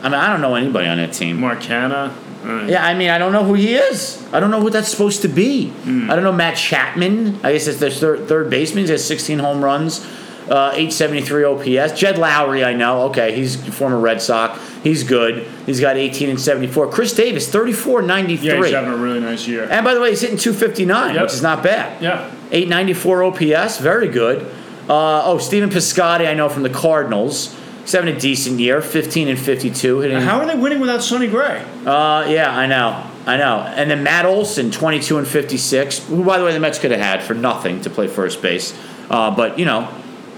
Speaker 1: I mean, I don't know anybody on that team.
Speaker 2: Marcana. uh,
Speaker 1: Yeah, I mean, I don't know who he is. I don't know what that's supposed to be.
Speaker 2: Hmm.
Speaker 1: I don't know Matt Chapman. I guess that's their third, third baseman. He has 16 home runs, uh, 873 OPS. Jed Lowry, I know. Okay, he's a former Red Sox. He's good. He's got 18 and 74. Chris Davis, 34 93.
Speaker 2: Yeah, he's having a really nice year.
Speaker 1: and by the way, he's hitting 259,
Speaker 2: Yep.
Speaker 1: which is not bad.
Speaker 2: yeah.
Speaker 1: 894 OPS, very good. Uh, oh, Stephen Piscotty, I know from the Cardinals. He's having a decent year, 15 and 52. Hitting
Speaker 2: How are they winning without Sonny Gray?
Speaker 1: uh, yeah, I know, I know. And then Matt Olson, twenty-two and fifty-six. Who, by the way, the Mets could have had for nothing to play first base, uh, but you know,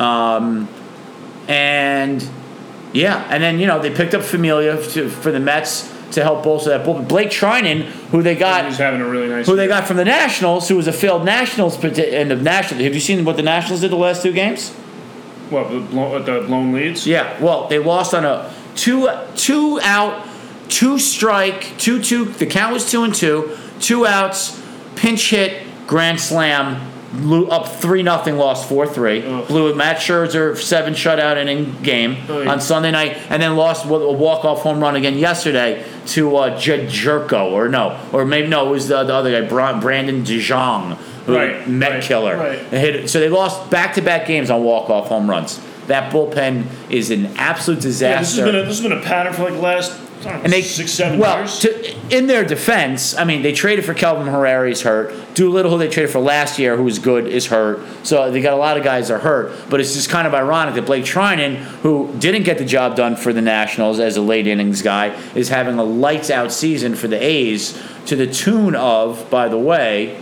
Speaker 1: um, and yeah, and then you know they picked up Familia to, for the Mets to help bolster that bullpen. Blake Trinan, who they
Speaker 2: He's
Speaker 1: got,
Speaker 2: having a really nice
Speaker 1: who
Speaker 2: year.
Speaker 1: they got from the Nationals, who was a failed Nationals pati- and the Nationals. Have you seen what the Nationals did the last two games?
Speaker 2: What, the blown, the blown leads?
Speaker 1: Yeah, well, they lost on a two two out, two strike, two two. The count was two and two, two outs, pinch hit, grand slam, blew up three nothing, lost four three,
Speaker 2: Ugh.
Speaker 1: blew a Matt Scherzer seven shutout inning game
Speaker 2: Oh, yeah.
Speaker 1: on Sunday night, and then lost with a walk off home run again yesterday to uh, Jed Jerko or no, or maybe no, it was the, the other guy, Bra- Brandon DeJong, who
Speaker 2: Right,
Speaker 1: Met
Speaker 2: right,
Speaker 1: killer.
Speaker 2: right.
Speaker 1: And hit- so they lost back to back games on walk off home runs. That bullpen is an absolute
Speaker 2: Yeah, this,
Speaker 1: disaster.
Speaker 2: has been a, this has been a pattern for like the last I don't know,
Speaker 1: and they
Speaker 2: six, seven
Speaker 1: well,
Speaker 2: years.
Speaker 1: to- in their defense, I mean, they traded for Calvin Herrera's hurt. Doolittle, who they traded for last year, who was good, is hurt. So they got a lot of guys that are hurt. But it's just kind of ironic that Blake Trinan, who didn't get the job done for the Nationals as a late innings guy, is having a lights out season for the A's to the tune of, by the way,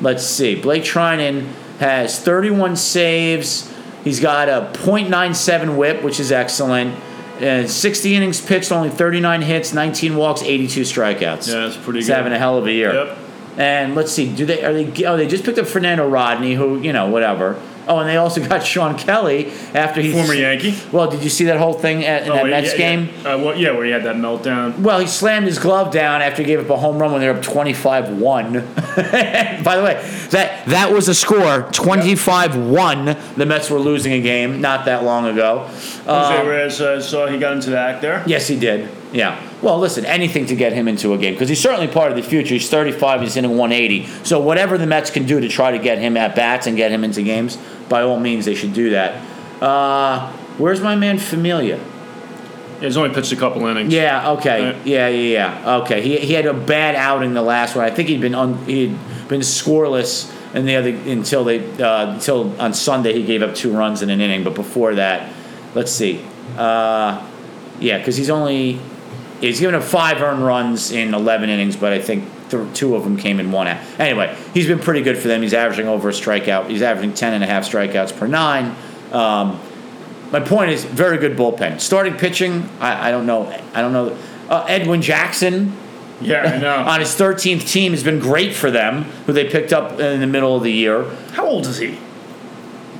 Speaker 1: let's see. Blake Trinan has 31 saves. He's got a .97 whip, which is excellent. Uh, 60 innings pitched, only 39 hits, 19 walks, 82 strikeouts.
Speaker 2: Yeah, that's pretty
Speaker 1: He's
Speaker 2: good.
Speaker 1: having a hell of a year.
Speaker 2: Yep.
Speaker 1: And let's see, do they are they? Oh, they just picked up Fernando Rodney, who you know, whatever. Oh, and they also [LAUGHS] got Sean Kelly after he
Speaker 2: Former Yankee.
Speaker 1: Well, did you see that whole thing at, in that
Speaker 2: Oh,
Speaker 1: Mets
Speaker 2: yeah,
Speaker 1: game?
Speaker 2: Yeah. Uh, well, yeah, where he had that meltdown.
Speaker 1: Well, he slammed his glove down after he gave up a home run when they were up 25 [LAUGHS] 1. By the way, that, that was a score 25 1. The Mets were losing a game not that long ago.
Speaker 2: Jose
Speaker 1: Um,
Speaker 2: Reyes, uh, saw he got into the act there.
Speaker 1: yes, he did. Yeah. Well, listen, anything to get him into a game because he's certainly part of the future. He's 35, he's hitting 180. So, whatever the Mets can do to try to get him at bats and get him into games, by all means, they should do that. Uh, where's my man Familia?
Speaker 2: Yeah, he's only pitched a couple innings.
Speaker 1: Yeah. Okay.
Speaker 2: Right.
Speaker 1: Yeah. Yeah. Yeah. Okay. He, he had a bad outing the last one. I think he'd been un, he'd been scoreless in the other until they uh, until on Sunday he gave up two runs in an inning. But before that, let's see. Uh, yeah, because he's only he's given up five earned runs in eleven innings, but I think th- two of them came in one out. Anyway, he's been pretty good for them. He's averaging over a strikeout. He's averaging ten and a half strikeouts per nine. Um, my point is very good bullpen. Starting pitching, I, I don't know. I don't know. Uh, Edwin Jackson
Speaker 2: Yeah, I know.
Speaker 1: on his 13th team has been great for them, who they picked up in the middle of the year.
Speaker 2: How old is he?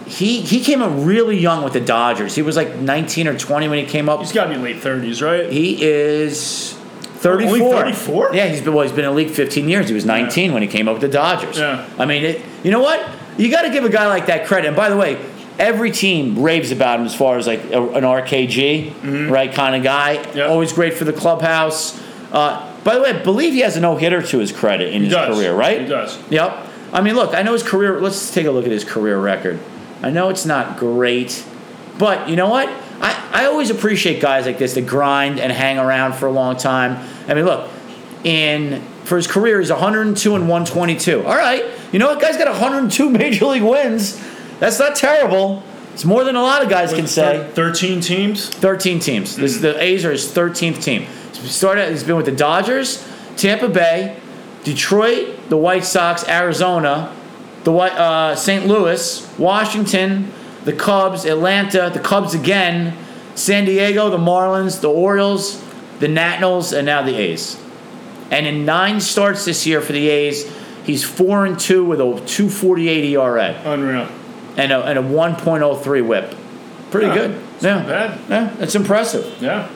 Speaker 1: He he came up really young with the Dodgers. He was like 19 or 20 when he came up.
Speaker 2: He's got to be late 30s, right?
Speaker 1: He is 34.
Speaker 2: Only 34?
Speaker 1: Yeah, he's been well, he's been in the league 15 years. He was 19 when he came up with the Dodgers.
Speaker 2: Yeah.
Speaker 1: I mean, it, you know what? You got to give a guy like that credit. And by the way, every team raves about him as far as like a, an RKG, right kind of guy.
Speaker 2: Mm-hmm. Yeah.
Speaker 1: Always great for the clubhouse. Uh, by the way, I believe he has a no hitter to his credit in his
Speaker 2: does.
Speaker 1: career, right?
Speaker 2: He does.
Speaker 1: Yep. I mean, look, I know his career. Let's take a look at his career record. I know it's not great, but you know what? I, I always appreciate guys like this that grind and hang around for a long time. I mean, look, in for his career, he's 102 and 122. All right. You know what? Guy's got 102 [LAUGHS] major league wins. That's not terrible. It's more than a lot of guys can say.
Speaker 2: 13 teams.
Speaker 1: 13 teams. This, the A's are his 13th team. Started, he's been with the Dodgers, Tampa Bay, Detroit, the White Sox, Arizona, the White uh, St. Louis, Washington, the Cubs, Atlanta, the Cubs again, San Diego, the Marlins, the Orioles, the Nationals, and now the A's. And in nine starts this year for the A's, he's four and two with a 2.48 ERA
Speaker 2: Unreal.
Speaker 1: and a, and a 1.03 WHIP. Pretty
Speaker 2: Yeah,
Speaker 1: good. Yeah,
Speaker 2: Bad.
Speaker 1: yeah, it's impressive.
Speaker 2: Yeah.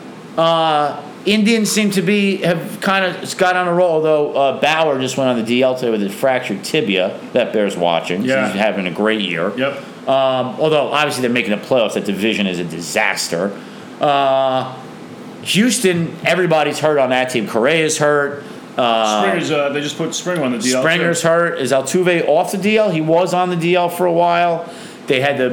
Speaker 1: Indians seem to be have kind of got on a roll. Though uh, Bauer just went on the DL today with a fractured tibia. That bears watching.
Speaker 2: Yeah.
Speaker 1: He's having a great year.
Speaker 2: Yep.
Speaker 1: Um, although obviously they're making the playoffs. That division is a disaster. Uh, Houston, everybody's hurt on that team. Correa's hurt. Uh,
Speaker 2: Springer's. Uh, they just put Springer on the DL.
Speaker 1: Springer's hurt. Is Altuve off the DL? He was on the DL for a while. They had the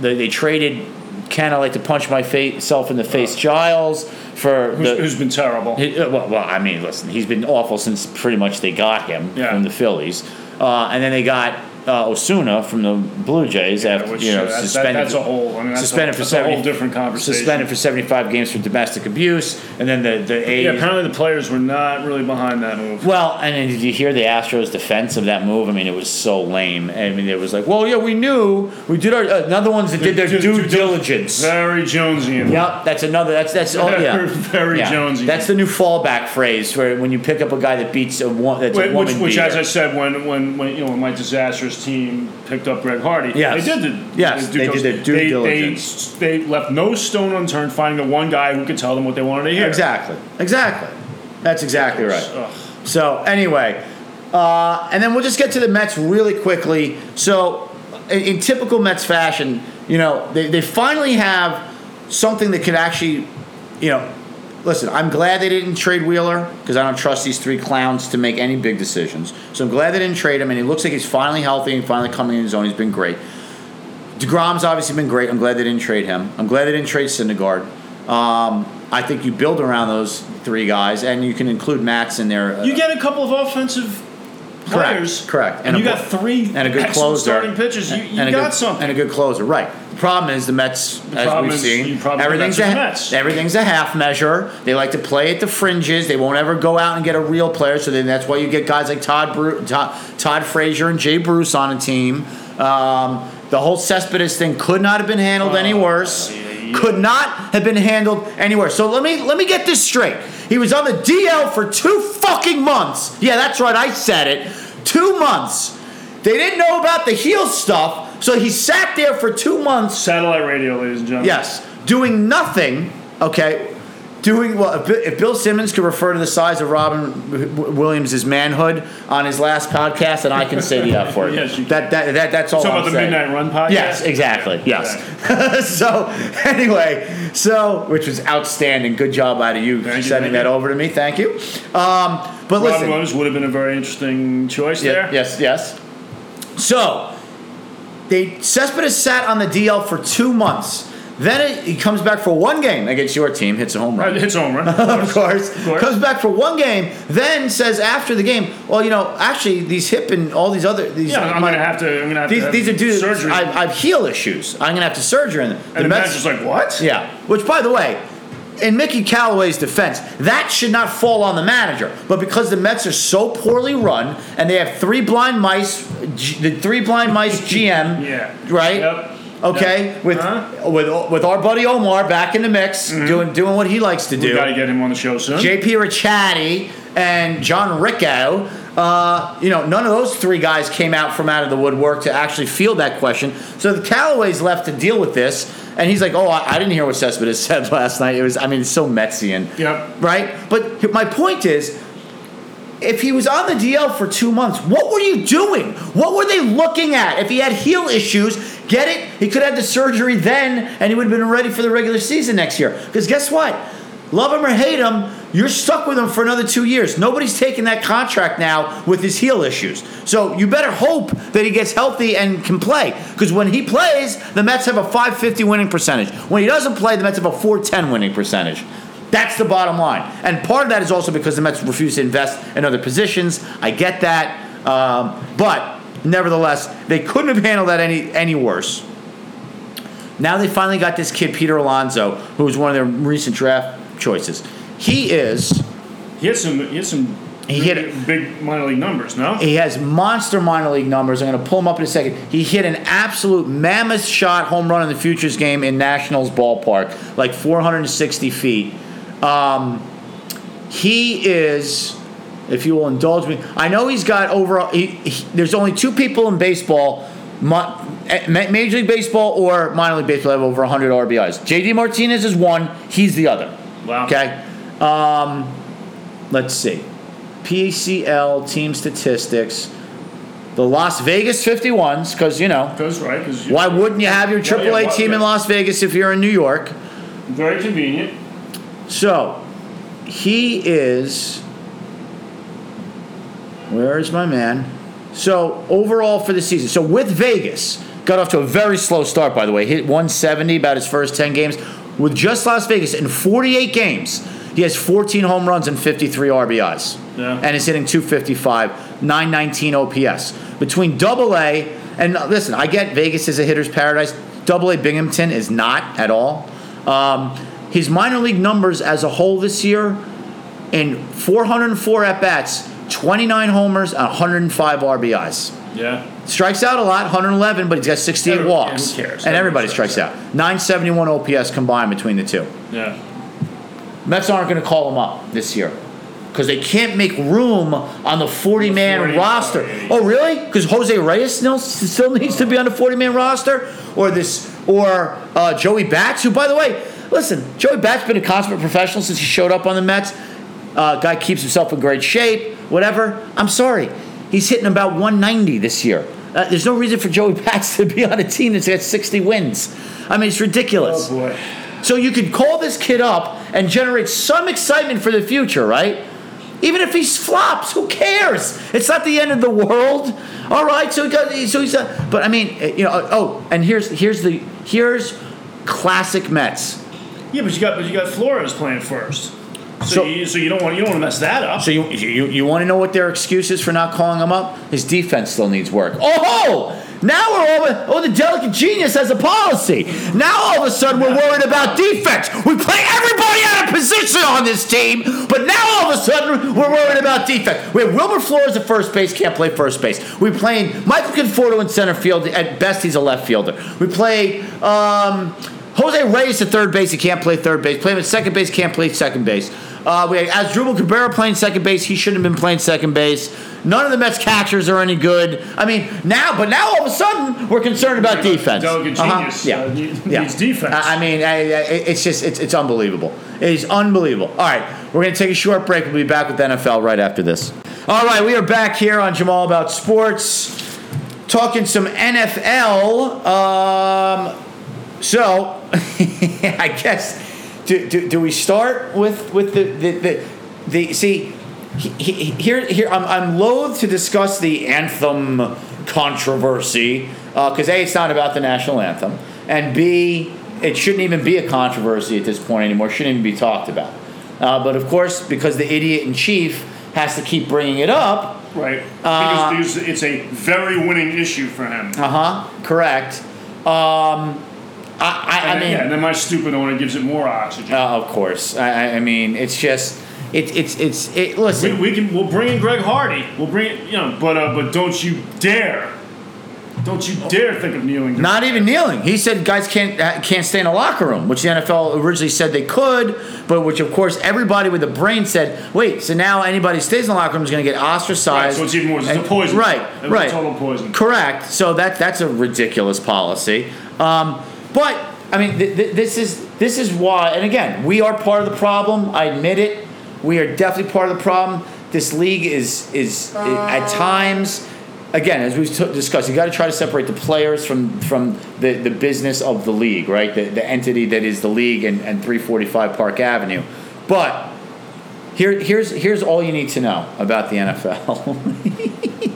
Speaker 1: they, they traded. Kind of like to punch my face, self in the face, Giles for
Speaker 2: Uh, Who's,
Speaker 1: the,
Speaker 2: who's been terrible.
Speaker 1: he- uh, well, well, I mean, listen, he's been awful since pretty much they got him
Speaker 2: Yeah.
Speaker 1: from the Phillies, uh, and then they got uh, Osuna from the Blue Jays after
Speaker 2: which,
Speaker 1: you know
Speaker 2: uh, that's, that,
Speaker 1: suspended.
Speaker 2: that's a whole. I mean, that's
Speaker 1: suspended
Speaker 2: a,
Speaker 1: for
Speaker 2: that's a
Speaker 1: 70
Speaker 2: whole different conversation.
Speaker 1: Suspended for seventy-five games for domestic abuse, and then the the A's.
Speaker 2: Yeah, apparently the players were not really behind that move.
Speaker 1: well, and then did you hear the Astros' defense of that move? I mean, it was so lame. I mean, it was like, well, yeah, we knew we did our uh, another ones that did their
Speaker 2: Due-
Speaker 1: due
Speaker 2: due- due-
Speaker 1: diligence.
Speaker 2: Very Jonesian.
Speaker 1: Yep, that's another. That's that's oh yeah.
Speaker 2: [LAUGHS] Very
Speaker 1: Yeah.
Speaker 2: Jonesy.
Speaker 1: That's the new fallback phrase where when you pick up a guy that beats a, wo- that's
Speaker 2: Wait,
Speaker 1: a
Speaker 2: which,
Speaker 1: woman
Speaker 2: which
Speaker 1: beater.
Speaker 2: as I said, when, when, when you know when my disastrous team picked up Greg Hardy,
Speaker 1: Yes.
Speaker 2: they did the
Speaker 1: Yes,
Speaker 2: due
Speaker 1: they did their due
Speaker 2: they,
Speaker 1: diligence.
Speaker 2: They, they left no stone unturned finding the one guy who could tell them what they wanted to hear.
Speaker 1: Exactly. Exactly. That's exactly right.
Speaker 2: Ugh.
Speaker 1: So anyway, uh, and then we'll just get to the Mets really quickly. So in, in typical Mets fashion, you know, they, they finally have something that could actually, you know, listen, I'm glad they didn't trade Wheeler because I don't trust these three clowns to make any big decisions. So I'm glad they didn't trade him, and he looks like he's finally healthy and finally coming in his own. He's been great. DeGrom's obviously been great. I'm glad they didn't trade him. I'm glad they didn't trade Syndergaard. Um, I think you build around those three guys, and you can include Max in there. uh,
Speaker 2: You get a couple of offensive
Speaker 1: Correct,
Speaker 2: players,
Speaker 1: correct.
Speaker 2: and,
Speaker 1: And
Speaker 2: you
Speaker 1: a-
Speaker 2: got three
Speaker 1: and a good
Speaker 2: excellent
Speaker 1: closer
Speaker 2: starting pitchers. You, you
Speaker 1: a
Speaker 2: got
Speaker 1: good,
Speaker 2: something.
Speaker 1: and a good closer, right? The problem is the Mets, as
Speaker 2: problem
Speaker 1: we've
Speaker 2: is you
Speaker 1: seen,
Speaker 2: probably-
Speaker 1: everything's a,
Speaker 2: Mets are Mets.
Speaker 1: everything's a half measure. They like to play at the fringes. They won't ever go out and get a real player. So then that's why you get guys like Todd Bru- Todd, Todd Frazier and Jay Bruce on a team. Um, the whole Cespedes thing could not have been handled any worse. Could not have been handled anywhere. So let me let me get this straight. He was on the DL for two fucking months. Yeah, that's right. I said it. Two months. They didn't know about the heel stuff, so he sat there for two months
Speaker 2: Satellite radio, ladies and gentlemen.
Speaker 1: Yes, doing nothing. Okay, doing well. If Bi- If Bill Simmons could refer to the size of Robin W- W- Williams' manhood on his last podcast, and I can say the F word.
Speaker 2: [LAUGHS] Yes, you can.
Speaker 1: that, that that that's all.
Speaker 2: Talking
Speaker 1: I'm
Speaker 2: about the
Speaker 1: saying.
Speaker 2: Midnight Run podcast.
Speaker 1: Yes, exactly. Yes. [LAUGHS]
Speaker 2: Exactly.
Speaker 1: so anyway, so which was outstanding. Good job out of you
Speaker 2: Thank you,
Speaker 1: sending
Speaker 2: thank
Speaker 1: that
Speaker 2: you.
Speaker 1: over to me. Thank you. Um, but
Speaker 2: Robin
Speaker 1: listen,
Speaker 2: Williams would have been a very interesting choice
Speaker 1: yeah,
Speaker 2: there.
Speaker 1: Yes, yes. So they Cespedes sat on the DL for two months. Then it, he comes back for one game against your team, hits a home
Speaker 2: Uh,
Speaker 1: run.
Speaker 2: It's home
Speaker 1: [LAUGHS]
Speaker 2: run.
Speaker 1: Of course.
Speaker 2: course.
Speaker 1: Comes back for one game, then says after the game, well, you know, actually, these hip and all these other. These,
Speaker 2: Yeah, I'm
Speaker 1: my-
Speaker 2: gonna have to. I'm gonna have to.
Speaker 1: these,
Speaker 2: have
Speaker 1: these are dudes.
Speaker 2: Surgery.
Speaker 1: I've, I've heel issues. I'm going to have to surgery in them.
Speaker 2: and the manager's like, "What?
Speaker 1: Yeah. Which, by the way, in Mickey Callaway's defense, that should not fall on the manager. But because the Mets are so poorly run and they have three blind mice, G, the three blind mice
Speaker 2: [LAUGHS]
Speaker 1: GM,
Speaker 2: Yeah.
Speaker 1: right?
Speaker 2: Yep.
Speaker 1: Okay,
Speaker 2: Yep. Uh-huh.
Speaker 1: with
Speaker 2: Huh?
Speaker 1: with with our buddy Omar back in the mix, doing doing what he likes to
Speaker 2: Mm-hmm. We
Speaker 1: do.
Speaker 2: got to get him on the show soon.
Speaker 1: JP Ricciati and John Ricco. Uh, you know, none of those three guys came out from out of the woodwork to actually field that question. So the Callaway's left to deal with this, and he's like, "Oh, I, I didn't hear what Cespedes [LAUGHS] said last night. It was, I mean, it's so Metsian,
Speaker 2: Yep.
Speaker 1: right?" But my point is, if he was on the DL for two months, what were you doing? What were they looking at? If he had heel issues, get it? He could have had the surgery then, and he would have been ready for the regular season next year. Because guess what? Love him or hate him, you're stuck with him for another two years. Nobody's taking that contract now with his heel issues. So you better hope that he gets healthy and can play. Because when he plays, the Mets have a 550 winning percentage. When he doesn't play, the Mets have a 410 winning percentage. That's the bottom line. And part of that is also because the Mets refuse to invest in other positions. I get that. Um, but nevertheless, they couldn't have handled that any, any worse. Now they finally got this kid, Peter Alonso, who was one of their recent draft choices. He is
Speaker 2: He had some. He had some
Speaker 1: He hit
Speaker 2: big minor league numbers. No,
Speaker 1: He has monster minor league numbers. I'm going to pull him up in a second. He hit an absolute mammoth shot home run in the Futures game in Nationals ballpark, like 460 feet. Um, he is, if you will indulge me, I know he's got over. He, he- there's only two people in baseball, mo- eh, ma- Major League Baseball or minor league baseball, have over 100 RBIs. JD Martinez is one. He's the other.
Speaker 2: Wow.
Speaker 1: Okay. Um, let's see. PCL team statistics. The Las Vegas 51s, because, you know,
Speaker 2: That's right. 'cause you-
Speaker 1: why wouldn't you have your
Speaker 2: Yeah, yeah,
Speaker 1: AAA
Speaker 2: why-
Speaker 1: team in
Speaker 2: yeah.
Speaker 1: Las Vegas if you're in New York?
Speaker 2: Very convenient.
Speaker 1: So, he is. Where is my man? So, overall for the season, so with Vegas, got off to a very slow start, by the way. Hit 170 about his first 10 games. With just Las Vegas in 48 games, he has 14 home runs and 53 RBIs.
Speaker 2: Yeah.
Speaker 1: And is hitting 255, 919 OPS. Between double A, and listen, I get Vegas is a hitter's paradise. Double A Binghamton is not at all. Um, his minor league numbers as a whole this year in 404 at bats, 29 homers, and 105 RBIs.
Speaker 2: Yeah.
Speaker 1: Strikes out a lot, 111, but he's got 68
Speaker 2: Every-
Speaker 1: walks.
Speaker 2: who cares?
Speaker 1: And everybody
Speaker 2: Everybody
Speaker 1: strikes out.
Speaker 2: strikes
Speaker 1: 971 OPS combined between the two.
Speaker 2: Yeah.
Speaker 1: Mets aren't going to call him up this year because they can't make room on the 40 man
Speaker 2: 40,
Speaker 1: roster.
Speaker 2: yeah.
Speaker 1: Oh, really? Because Jose Reyes still, still needs to be on the 40 man roster, or this, or uh, Joey Bats, who, by the way, listen, Joey Bats been a consummate professional since he showed up on the Mets. Uh, guy keeps himself in great shape. Whatever. I'm sorry, he's hitting about 190 this year. Uh, there's no reason for Joey Bats [LAUGHS] to be on a team that's got 60 wins. I mean, it's ridiculous.
Speaker 2: Oh boy.
Speaker 1: So you could call this kid up and generate some excitement for the future, right? Even if he flops, who cares? It's not the end of the world. All right, so he got, so he's a, but I mean, you know, oh, and here's here's the here's classic Mets.
Speaker 2: Yeah, but you got but you got Flores playing first. So,
Speaker 1: So-
Speaker 2: you, so you don't want you don't want to mess that up.
Speaker 1: So you you, you want to know what their excuse is for not calling him up? His defense still needs work. Oh, now we're over. Oh, the delicate genius has a policy. Now all of a sudden we're worried about defense. We play everybody out of position on this team, but now all of a sudden we're worried about defense. We have Wilbur Flores at first base, can't play first base. We playing Michael Conforto in center field. At best, he's a left fielder. We play. Um, Jose Reyes at third base. He can't play third base. Play him at second base. Can't play second base. Uh, we had Asdrubal Cabrera playing second base. He shouldn't have been playing second base. None of the Mets catchers are any good. I mean, now, but now all of a sudden we're concerned about defense.
Speaker 2: Delicate
Speaker 1: Uh-huh.
Speaker 2: genius, uh, needs defense.
Speaker 1: I, I mean, I, I, it's just it's, it's unbelievable. It is unbelievable. All right, we're gonna take a short break. We'll be back with NFL right after this. All right, we are back here on Jamal about sports, talking some NFL. Um, so, [LAUGHS] I guess do, do, do we start with with the the, the, the see he, he, here here I'm, I'm loath to discuss the anthem controversy because a it's not about the national anthem and b it shouldn't even be a controversy at this point anymore. It shouldn't even be talked about. Uh, but of course, because the idiot in chief has to keep bringing it up,
Speaker 2: right.
Speaker 1: Uh,
Speaker 2: because, because it's a very winning issue for him.
Speaker 1: uh huh, correct. Um, I, I, I
Speaker 2: and,
Speaker 1: mean,
Speaker 2: yeah, and then my stupid owner gives it more oxygen.
Speaker 1: Uh, of course. I, I- I mean, it's just it, it's it's it.
Speaker 2: we,
Speaker 1: Listen,
Speaker 2: we can we'll bring in Greg Hardy. We'll bring it, you know, but uh, but don't you dare, don't you dare think of kneeling.
Speaker 1: not even kneeling. He said guys can't uh, can't stay in a locker room, which the NFL originally said they could, but which of course everybody with a brain said, wait, so now anybody who stays in the locker room is going to get
Speaker 2: Right,
Speaker 1: ostracized.
Speaker 2: so it's even worse. It's
Speaker 1: And-
Speaker 2: a poison.
Speaker 1: Right,
Speaker 2: It's
Speaker 1: right.
Speaker 2: A total poison.
Speaker 1: Correct. So that that's a ridiculous policy. Um, but I mean, th- th- this is this is why. And again, we are part of the problem. I admit it. We are definitely part of the problem. This league is is i- at times. Again, as we've t- discussed, you got to try to separate the players from from the, the business of the league, right? The, the entity that is the league and, and 345 Park Avenue. But here, here's here's all you need to know about the NFL. [LAUGHS]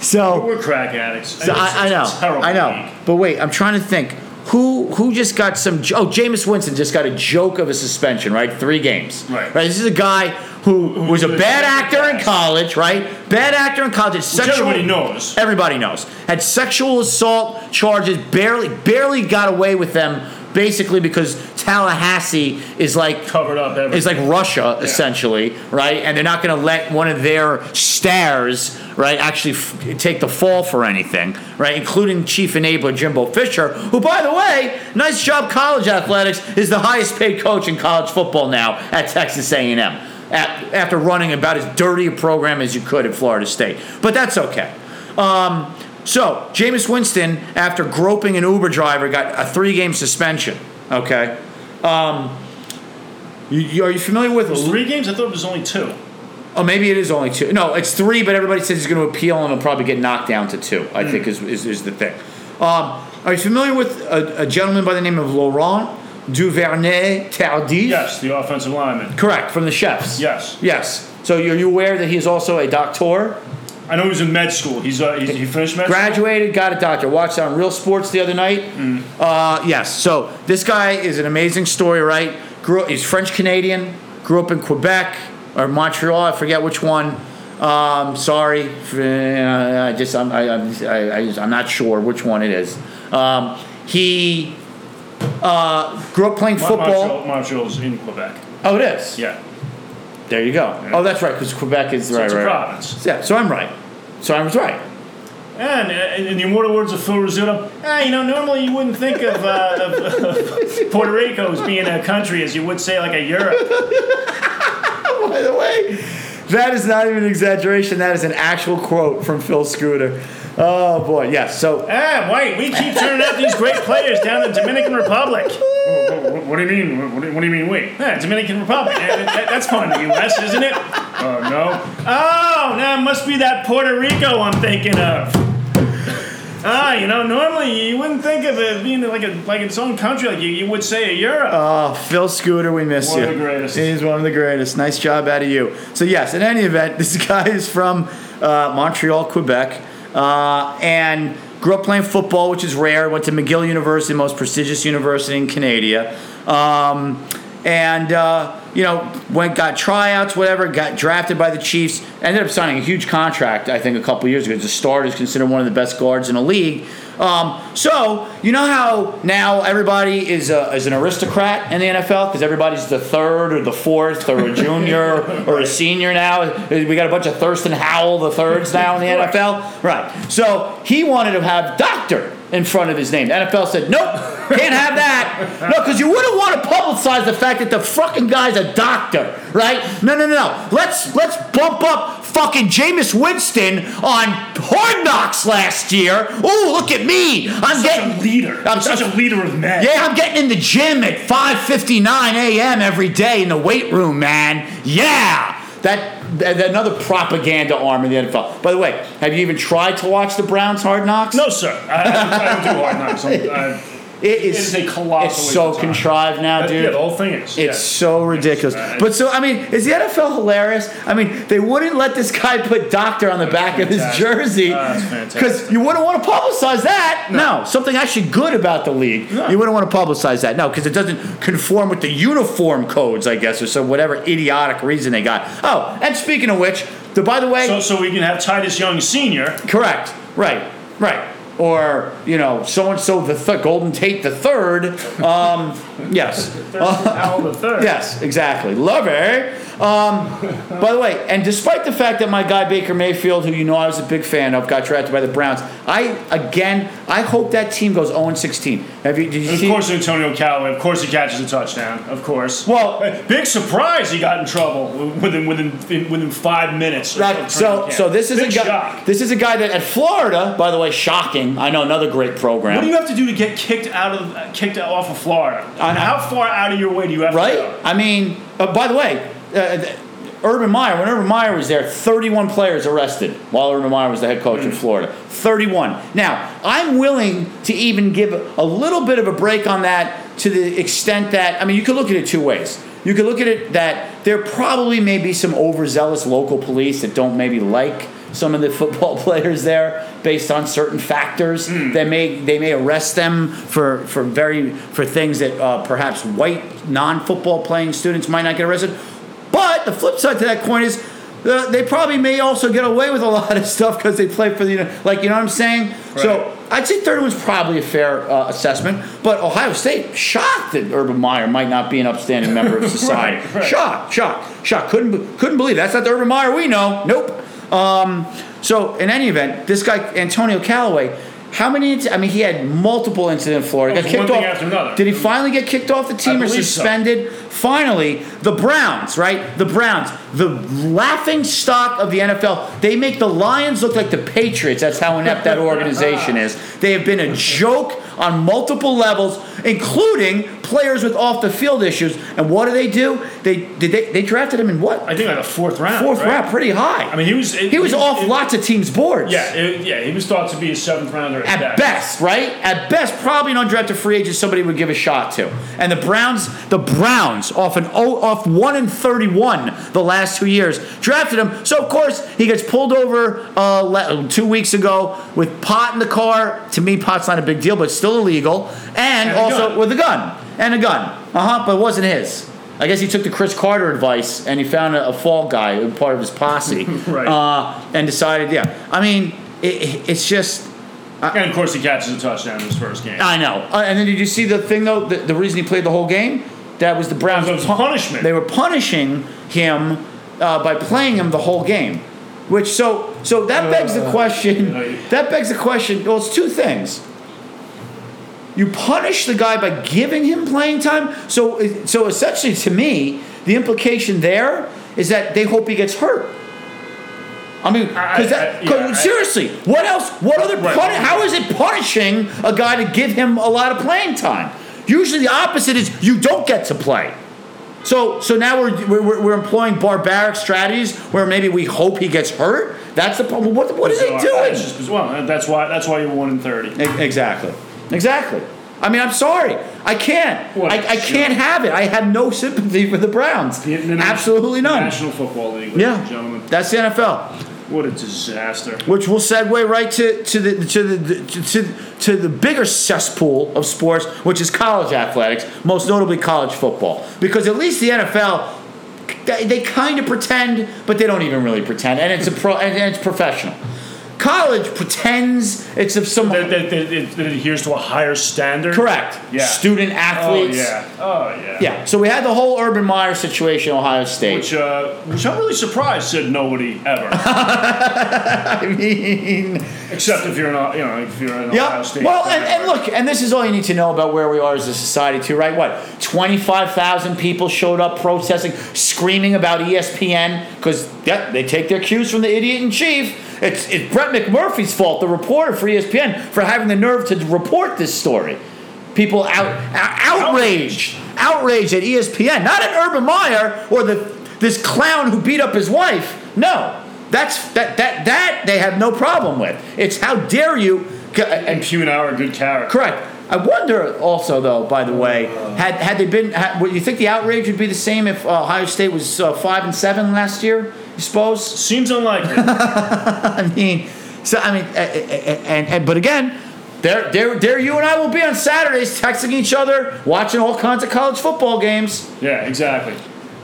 Speaker 1: so
Speaker 2: We're crack addicts.
Speaker 1: so
Speaker 2: It's-
Speaker 1: I, I
Speaker 2: it's a
Speaker 1: know,
Speaker 2: terrible
Speaker 1: I
Speaker 2: league.
Speaker 1: know. But wait, I'm trying to think. Who who just got some? jo- Oh, Jameis Winston just got a joke of a suspension, right? Three games.
Speaker 2: Right.
Speaker 1: Right. This is a guy who was a
Speaker 2: was
Speaker 1: bad
Speaker 2: a-
Speaker 1: actor in college, right? Bad actor in college. It's
Speaker 2: Which
Speaker 1: sexual-
Speaker 2: everybody knows.
Speaker 1: Everybody knows. Had sexual assault charges, barely barely got away with them basically because Tallahassee is like
Speaker 2: Covered up everything.
Speaker 1: is like Russia essentially, right? And they're not going to let one of their stars, right, actually f- take the fall for anything, right? Including chief enabler Jimbo Fisher, who, by the way, nice job, college athletics is the highest paid coach in college football now at Texas A&M. At, after running about as dirty a program as you could at Florida State, but that's okay. Um, so Jameis Winston, after groping an Uber driver, got a three-game suspension. Okay. Um, you, you- are you familiar with?
Speaker 2: It was three games. I thought it was only two.
Speaker 1: Oh, maybe it is only two. No, it's three, but everybody says he's going to appeal and he'll probably get knocked down to two. I
Speaker 2: Hmm.
Speaker 1: think is, is, is the thing. Um, are you familiar with a, a gentleman by the name of Laurent Duvernay Tardif?
Speaker 2: Yes, the offensive lineman.
Speaker 1: Correct from the Chefs.
Speaker 2: Yes,
Speaker 1: Yes. So you're you aware that he is also a doctor?
Speaker 2: I know he's in med school. He's, uh, he's he finished med. school?
Speaker 1: graduated, got a doctor. Watched on Real Sports the other night.
Speaker 2: Mm.
Speaker 1: Uh, yes. So this guy is an amazing story, right? Grew, he's French Canadian. Grew up in Quebec or Montreal. I forget which one. Um, sorry, f- uh, I just I'm I, I'm, I, I, I'm not sure which one it is. Um, he uh, grew up playing
Speaker 2: Mon-
Speaker 1: football.
Speaker 2: Montreal, Montreal's in Quebec.
Speaker 1: Oh, it is.
Speaker 2: Yeah,
Speaker 1: There you go. Oh, that's right, because Quebec is
Speaker 2: so
Speaker 1: right,
Speaker 2: it's a
Speaker 1: right, right.
Speaker 2: province.
Speaker 1: Yeah. So I'm right. So I was right.
Speaker 2: And uh, in the immortal words of Phil Rizzuto, ah, you know, normally you wouldn't think of, uh, of, of [LAUGHS] Puerto Rico as being a country as you would say like a Europe.
Speaker 1: [LAUGHS] By the way, that is not even an exaggeration. That is an actual quote from Phil Scooter. Oh boy, yes. So
Speaker 2: Ah, wait, we keep turning out these great players down in the Dominican [LAUGHS] Republic. What do you mean? What do you, mean, wait? Ah, Dominican Republic. Eh, that- that- that's part of the U.S., isn't it? Oh, no. Oh, now it must be that Puerto Rico I'm thinking of. Ah, you know, normally you wouldn't think of it being like a like its own country, like you, you would say a Europe.
Speaker 1: oh, Phil Scooter, we miss
Speaker 2: One
Speaker 1: you.
Speaker 2: of the greatest.
Speaker 1: He's one of the greatest. Nice job out of you. So yes, in any event, [LAUGHS] this guy is from uh, Montreal, Quebec, uh, and grew up playing football, which is rare. Went to McGill University, the most prestigious university in Canada. Um, and uh, you know went got tryouts whatever got drafted by the chiefs ended up signing a huge contract i think a couple years ago as a starter is considered one of the best guards in the league um, so you know how now everybody is, a, is an aristocrat in the nfl because everybody's the third or the fourth or a
Speaker 2: [LAUGHS]
Speaker 1: junior or a senior now we got a bunch of thurston howell the thirds now in the nfl right so he wanted to have doctor in front of his name. The NFL said, nope, can't have
Speaker 2: [LAUGHS]
Speaker 1: that. No, because you wouldn't want to publicize the fact that the fucking guy's a doctor, right? No, no, no, no. Let's let's bump up fucking Jameis Winston on Hard Knocks last year. Oh, look at me. I'm
Speaker 2: such a
Speaker 1: getting
Speaker 2: leader.
Speaker 1: I'm
Speaker 2: Um, such
Speaker 1: such-
Speaker 2: a leader of men.
Speaker 1: yeah, I'm getting in the gym at 5:59 a.m. every day in the weight room, man. Yeah, that, that another propaganda arm in the NFL. By the way, have you even tried to watch the Browns Hard Knocks?
Speaker 2: No, sir. [LAUGHS] I, I, I don't do hard knocks. [LAUGHS] I'm, I,
Speaker 1: It is,
Speaker 2: It is a colossal
Speaker 1: It's so
Speaker 2: waste of time.
Speaker 1: contrived now,
Speaker 2: that,
Speaker 1: dude.
Speaker 2: yeah, the whole thing is.
Speaker 1: it's so ridiculous.
Speaker 2: uh,
Speaker 1: but so I mean, is the NFL hilarious? I mean, they wouldn't let this guy put doctor on the back of his
Speaker 2: fantastic.
Speaker 1: jersey
Speaker 2: Ah, that's fantastic.
Speaker 1: because you wouldn't want to publicize that. No, something actually good about the league. You wouldn't want to publicize that. No, because it doesn't conform with the uniform codes, I guess, or some whatever idiotic reason they got. Oh, and speaking of which, the by the way,
Speaker 2: yeah. So, so we can have Titus Young Sr.
Speaker 1: Correct. Right. Right. Or you know, so and so the th- Golden Tate the third. Um, [LAUGHS] yes.
Speaker 2: Al the third.
Speaker 1: Yes. Exactly. Lover. Um, by the way, and despite the fact that my guy Baker Mayfield, who you know I was a big fan of, got drafted by the Browns, I again I hope that team goes 0 16. Have you? Did you
Speaker 2: Of
Speaker 1: see?
Speaker 2: course, Antonio Callaway. Of course, he catches a touchdown. Of course. [LAUGHS]
Speaker 1: Well-
Speaker 2: big surprise! He got in trouble within within within five minutes. of-
Speaker 1: Right.
Speaker 2: of
Speaker 1: So,
Speaker 2: training
Speaker 1: so
Speaker 2: camp.
Speaker 1: this is
Speaker 2: big
Speaker 1: a guy.
Speaker 2: Shock.
Speaker 1: This is a guy that at Florida, by the way, shocking. I know another great program.
Speaker 2: What do you have to do to get kicked out of uh, kicked off of Florida?
Speaker 1: I know.
Speaker 2: How far out of your way do you have
Speaker 1: right?
Speaker 2: to go?
Speaker 1: I mean, uh, by the way, uh, th- Urban Meyer, when Urban Meyer was there, 31 players arrested while Urban Meyer was the head coach in Florida. 31. Now, I'm willing to even give a little bit of a break on that to the extent that, I mean, you could look at it two ways. You could look at it that there probably may be some overzealous local police that don't maybe like some of the football [LAUGHS] players there based on certain factors
Speaker 2: Hmm.
Speaker 1: they may they may arrest them for for very for things that uh, perhaps white non-football playing students might not get arrested but the flip side to that coin is [LAUGHS] uh, they probably may also get away with a lot of stuff because they play for the Uni- like you know what i'm saying so
Speaker 2: Right.
Speaker 1: I'd say 31's probably a fair uh, assessment, but Ohio State shocked that Urban Meyer might not be an upstanding member of society.
Speaker 2: [LAUGHS] right.
Speaker 1: Shocked, shocked, shocked. Couldn't be- couldn't believe that's not the Urban Meyer we know. Nope. Um, so in any event, this guy Antonio Callaway. How many? inci- I mean, he had multiple incidents in Florida.
Speaker 2: It
Speaker 1: Got
Speaker 2: was
Speaker 1: kicked
Speaker 2: one thing
Speaker 1: off.
Speaker 2: after another.
Speaker 1: Did he finally get kicked off the team or
Speaker 2: believe so.
Speaker 1: suspended? Finally, the Browns, right? The Browns, the laughing stock of the NFL. They make the Lions look like the Patriots. That's how inept that organization is. They have been a joke on multiple levels, including players with off the field issues. And what do they do? They did they, they drafted him in what?
Speaker 2: I think like the fourth round.
Speaker 1: Fourth
Speaker 2: right?
Speaker 1: round, pretty high.
Speaker 2: I mean, he was. it-
Speaker 1: he was off
Speaker 2: it-
Speaker 1: lots of teams' boards.
Speaker 2: Yeah, it, yeah, he was thought to be a seventh rounder at,
Speaker 1: At best, right? At best, probably an undrafted free agent somebody would give a shot to. And the Browns, the Browns, off an oh, off one and thirty-one the last two years, drafted him. So of course he gets pulled over uh, le- two weeks ago with pot in the car. To me, pot's not a big deal, but it's still illegal. And,
Speaker 2: a
Speaker 1: also
Speaker 2: gun.
Speaker 1: with a gun and a gun. Uh huh. But it wasn't his. I guess he took the Chris Carter advice and he found a, a fall guy, a part of his posse,
Speaker 2: [LAUGHS] Right.
Speaker 1: uh, and decided, yeah. I mean, it, it, it's just.
Speaker 2: And of course, he catches a touchdown in his first game.
Speaker 1: I know. Uh, and then did you see the thing though? The, the reason he played the whole game? That was the Browns.
Speaker 2: It was punishment.
Speaker 1: They were punishing him uh, by playing him the whole game, which so so that begs the
Speaker 2: Uh,
Speaker 1: question.
Speaker 2: yeah.
Speaker 1: That begs the question. Well, it's two things. You punish the guy by giving him playing time. So so essentially, to me, the implication there is that they hope he gets hurt. I mean,
Speaker 2: I-
Speaker 1: because
Speaker 2: I-
Speaker 1: that, 'cause
Speaker 2: yeah, I-
Speaker 1: seriously, what else? What other?
Speaker 2: Right.
Speaker 1: puni- how is it punishing a guy to give him a lot of playing time? Usually, the opposite is you don't get to play. So, so now we're, we're- we're, we're employing barbaric strategies where maybe we hope he gets hurt. That's the problem. What, what is he
Speaker 2: So, uh,
Speaker 1: doing?
Speaker 2: it's just- well, that's why. That's why you're one in thirty.
Speaker 1: E- Exactly. Exactly. I mean, I'm sorry. I can't.
Speaker 2: What
Speaker 1: I,
Speaker 2: a
Speaker 1: I can't
Speaker 2: joke.
Speaker 1: have it. I have no sympathy for the Browns.
Speaker 2: The- the Nas-
Speaker 1: Absolutely none.
Speaker 2: National Football League, ladies and
Speaker 1: Yeah,
Speaker 2: gentlemen.
Speaker 1: that's the NFL,
Speaker 2: What a disaster.
Speaker 1: which will segue right to, to the to the to, to, to the bigger cesspool of sports, which is college athletics, most notably college football, because at least the NFL. They, they kind of pretend, but they don't even really pretend, and it's a pro, and, and it's professional. College pretends it's of some
Speaker 2: That, that, that, it, that adheres to a higher standard.
Speaker 1: correct
Speaker 2: Yeah.
Speaker 1: student
Speaker 2: Oh
Speaker 1: athletes.
Speaker 2: yeah. Oh yeah.
Speaker 1: Yeah, so we had the whole Urban Meyer situation, at Ohio State.
Speaker 2: Which, uh, which I'm really surprised said nobody
Speaker 1: [LAUGHS]
Speaker 2: ever,
Speaker 1: I mean,
Speaker 2: except if you're not, you know, if you're in Ohio
Speaker 1: yeah.
Speaker 2: State.
Speaker 1: Well, and, and look, and this is all you need to know about where we are as a society, too, right? What twenty five thousand people showed up protesting, screaming about E ESPN because yeah, they take their cues from the idiot in chief. It's it's Brett McMurphy's fault, the reporter for E ESPN, for having the nerve to report this story. People out, out outraged, outraged at E ESPN, not at Urban Meyer or the this clown who beat up his wife. No, that's that that that they have no problem with. It's how dare you? And
Speaker 2: impugn our good character.
Speaker 1: correct. I wonder also though. By the way, had had they been, had, would you think the outrage would be the same if uh, Ohio State was uh, five and seven last year? You suppose? [LAUGHS]
Speaker 2: Seems unlikely.
Speaker 1: I mean, so I mean, a- a- a- and, and but again, there, there, there. You and I will be on Saturdays texting each other, watching all kinds of college football games.
Speaker 2: yeah, exactly.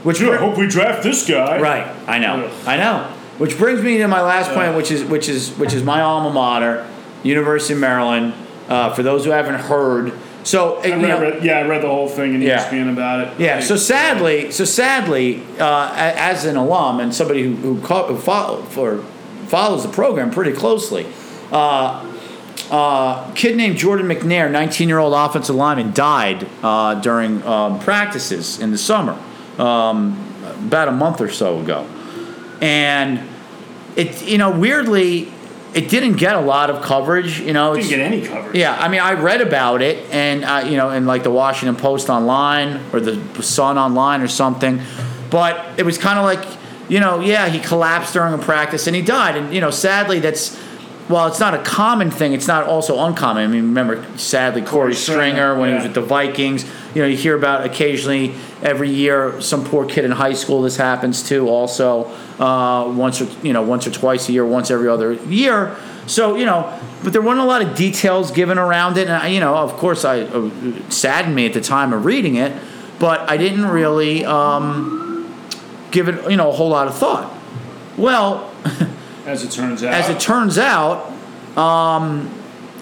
Speaker 1: Which
Speaker 2: Dude, I
Speaker 1: we're-
Speaker 2: hope we draft this guy.
Speaker 1: Right. I know. I know. Which brings me to my last point, which is which is which is my alma mater, University of Maryland. Uh, for those who haven't heard, so
Speaker 2: I
Speaker 1: you
Speaker 2: read,
Speaker 1: know-
Speaker 2: read- yeah, I read the whole thing in E
Speaker 1: Yeah.
Speaker 2: ESPN about it.
Speaker 1: yeah.
Speaker 2: Like,
Speaker 1: So sadly, so sadly, uh, a- as an alum and somebody who who, co- who follow, for, follows the program pretty closely, uh, uh, kid named Jordan McNair, 19 year old offensive lineman, died uh, during um, practices in the summer, um, about a month or so ago, and it you know weirdly, it didn't get a lot of coverage. You know,
Speaker 2: didn't
Speaker 1: it's-
Speaker 2: get any coverage.
Speaker 1: yeah, I mean, I read about it, and uh, you know, in like the Washington Post online or the Sun online or something, but it was kind of like, you know, yeah, he collapsed during a practice and he died, and you know, sadly, that's while it's not a common thing, it's not also uncommon. I mean, remember, sadly, Corey Stringer when he was
Speaker 2: yeah.
Speaker 1: with the Vikings. You know, you hear about occasionally every year some poor kid in high school this happens to also uh, once or you know once or twice a year, once every other year. So you know, but there weren't a lot of details given around it, and I, you know, of course, I it saddened me at the time of reading it, but I didn't really um, give it you know a whole lot of thought. Well,
Speaker 2: As it turns out.
Speaker 1: as it turns out, um,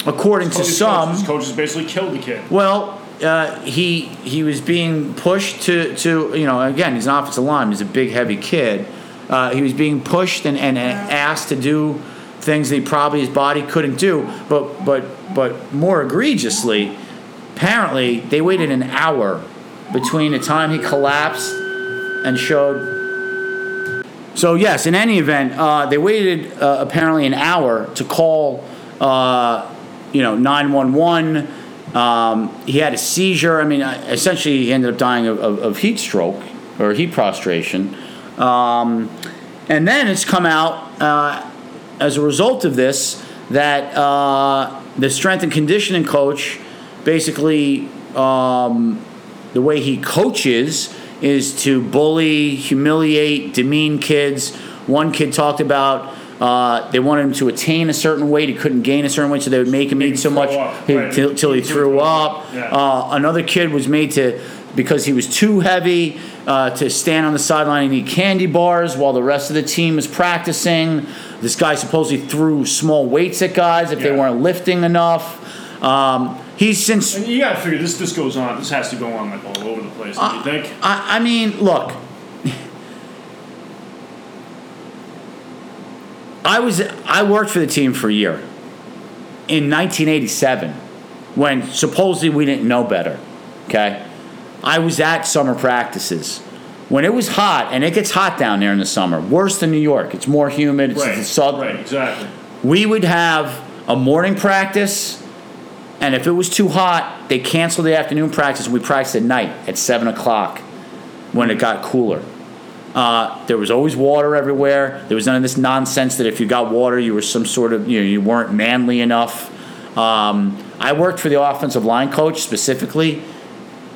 Speaker 1: according to
Speaker 2: His
Speaker 1: some,
Speaker 2: coach, his coaches basically killed the kid.
Speaker 1: well, uh, he he was being pushed to, to you know again he's an offensive lineman he's a big heavy kid uh, he was being pushed and, and asked to do things that he probably his body couldn't do but but but more egregiously apparently they waited an hour between the time he collapsed and showed so yes, in any event, uh, they waited uh, apparently an hour to call, uh, you know, nine one one. um, He had a seizure. I mean, uh, essentially, he ended up dying of, of, of heat stroke or heat prostration. Um, and then it's come out uh, as a result of this that uh, the strength and conditioning coach basically um, the way he coaches is to bully, humiliate, demean kids. One kid talked about uh, they wanted him to attain a certain weight. He couldn't gain a certain weight, so they would make him
Speaker 2: Make
Speaker 1: eat
Speaker 2: him
Speaker 1: so
Speaker 2: throw
Speaker 1: much
Speaker 2: up,
Speaker 1: he-
Speaker 2: right.
Speaker 1: till, till he
Speaker 2: Make him
Speaker 1: threw
Speaker 2: throw
Speaker 1: up.
Speaker 2: up, yeah.
Speaker 1: Uh, another kid was made to because he was too heavy uh, to stand on the sideline and eat candy bars while the rest of the team was practicing. This guy supposedly threw small weights at guys if they
Speaker 2: Yeah.
Speaker 1: weren't lifting enough. Um, he's since
Speaker 2: And you gotta figure this. This goes on. This has to go on like all over the place. Don't
Speaker 1: Uh,
Speaker 2: you think?
Speaker 1: I, I mean, look. I was I worked for the team for a year in 1987 when supposedly we didn't know better. Okay? I was at summer practices. When it was hot, and it gets hot down there in the summer, worse than New York. It's more humid, it's,
Speaker 2: Right.
Speaker 1: it's salt,
Speaker 2: Right. Exactly.
Speaker 1: we would have a morning practice, and if it was too hot, they canceled the afternoon practice. and We practiced at night at seven o'clock when it got cooler. Uh, there was always water everywhere. There was none of this nonsense that if you got water, you were some sort of you know you weren't manly enough. Um, I worked for the offensive line coach specifically.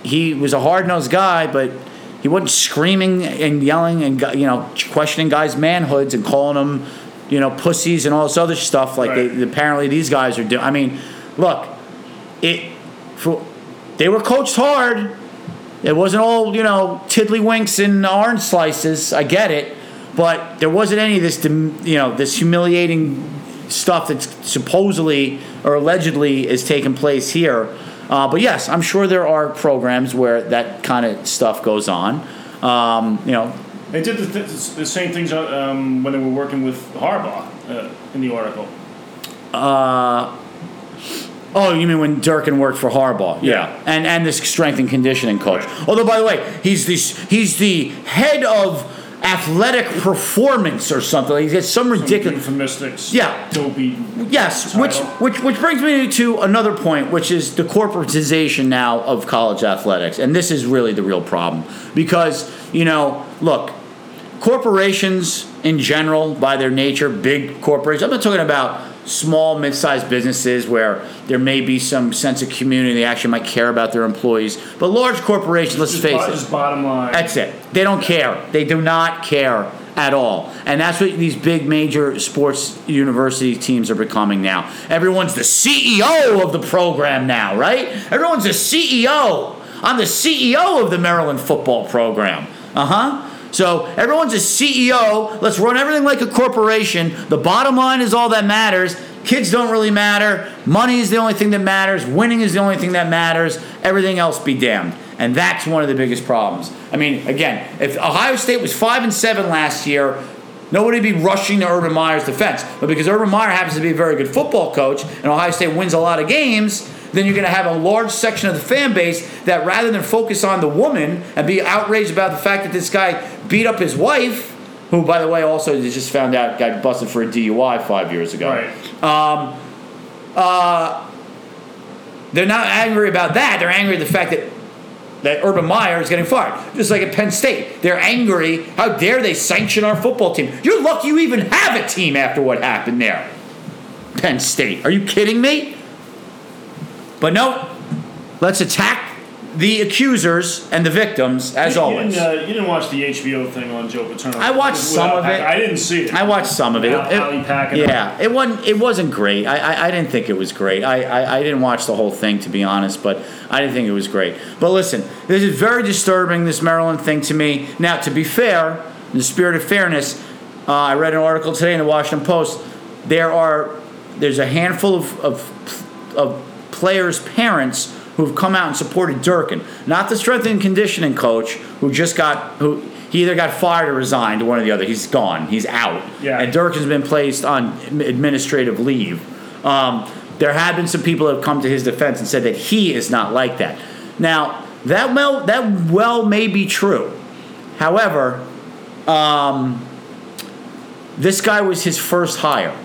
Speaker 1: He was a hard nosed guy, but he wasn't screaming and yelling and you know questioning guys' manhoods and calling them you know pussies and all this other stuff like
Speaker 2: Right.
Speaker 1: they, apparently these guys are doing. I mean, look, it for they were coached hard. It wasn't all you know tiddlywinks and orange slices. I get it, but there wasn't any of this dem- you know this humiliating stuff that's supposedly or allegedly is taking place here. Uh, but yes, I'm sure there are programs where that kind of stuff goes on. Um, you know,
Speaker 2: They did the, th- the same things um, when they were working with Harbaugh uh, in the article.
Speaker 1: Oh, you mean when Durkin worked for Harbaugh?
Speaker 2: Yeah.
Speaker 1: and and this strength and conditioning coach.
Speaker 2: Right.
Speaker 1: Although, by the way, he's this he's the head of athletic performance or something. He gets some ridiculous.
Speaker 2: Euphemistics.
Speaker 1: Yeah.
Speaker 2: Dopey.
Speaker 1: Yes,
Speaker 2: title.
Speaker 1: which which which brings me to another point, which is the corporatization now of college athletics, and this is really the real problem because you know, look, corporations in general, by their nature, big corporations. I'm not talking about small, mid-sized businesses where there may be some sense of community. They actually might care about their employees, but large corporations. Let's
Speaker 2: Just,
Speaker 1: face
Speaker 2: bo-
Speaker 1: it.
Speaker 2: just bottom line.
Speaker 1: That's it. They don't care. They do not care at all. And that's what these big major sports university teams are becoming now. Everyone's the CEO of the program now, right? Everyone's the CEO. I'm the CEO of the Maryland football program. Uh huh. So everyone's a CEO. Let's run everything like a corporation. The bottom line is all that matters. Kids don't really matter. Money is the only thing that matters. Winning is the only thing that matters. Everything else be damned. And that's one of the biggest problems. I mean, again, if Ohio State was five and seven last year, nobody would be rushing to Urban Meyer's defense. But because Urban Meyer happens to be a very good football coach and Ohio State wins a lot of games, then you're going to have a large section of the fan base that rather than focus on the woman and be outraged about the fact that this guy beat up his wife, who, by the way, also they just found out got busted for a DUI five years ago.
Speaker 2: Right.
Speaker 1: They're not angry about that. They're angry at the fact that that Urban Meyer is getting fired. Just like at Penn State, they're angry. How dare they sanction our football team? You're lucky you even have a team after what happened there. Penn State, are you kidding me? But no, let's attack the accusers and the victims as
Speaker 2: you,
Speaker 1: always.
Speaker 2: You didn't, uh, you didn't watch the HBO thing on Joe Paterno.
Speaker 1: I watched some of it.
Speaker 2: I didn't see it.
Speaker 1: I watched some of it.
Speaker 2: Al-
Speaker 1: It-
Speaker 2: Ally Packer.
Speaker 1: yeah, it wasn't. It wasn't great. I, I, I didn't think it was great. I, I, I didn't watch the whole thing to be honest, but I didn't think it was great. But listen, this is very disturbing. This Maryland thing to me. Now, to be fair, in the spirit of fairness, uh, I read an article today in the Washington Post. There are there's a handful of, of of players' parents who have come out and supported Durkin, not the strength and conditioning coach who just got who he either got fired or resigned, one or the other. He's gone. He's out.
Speaker 2: Yeah.
Speaker 1: And Durkin's been placed on administrative leave. Um, there have been some people that have come to his defense and said that he is not like that. Now that well that well may be true. However, um, this guy was his first hire.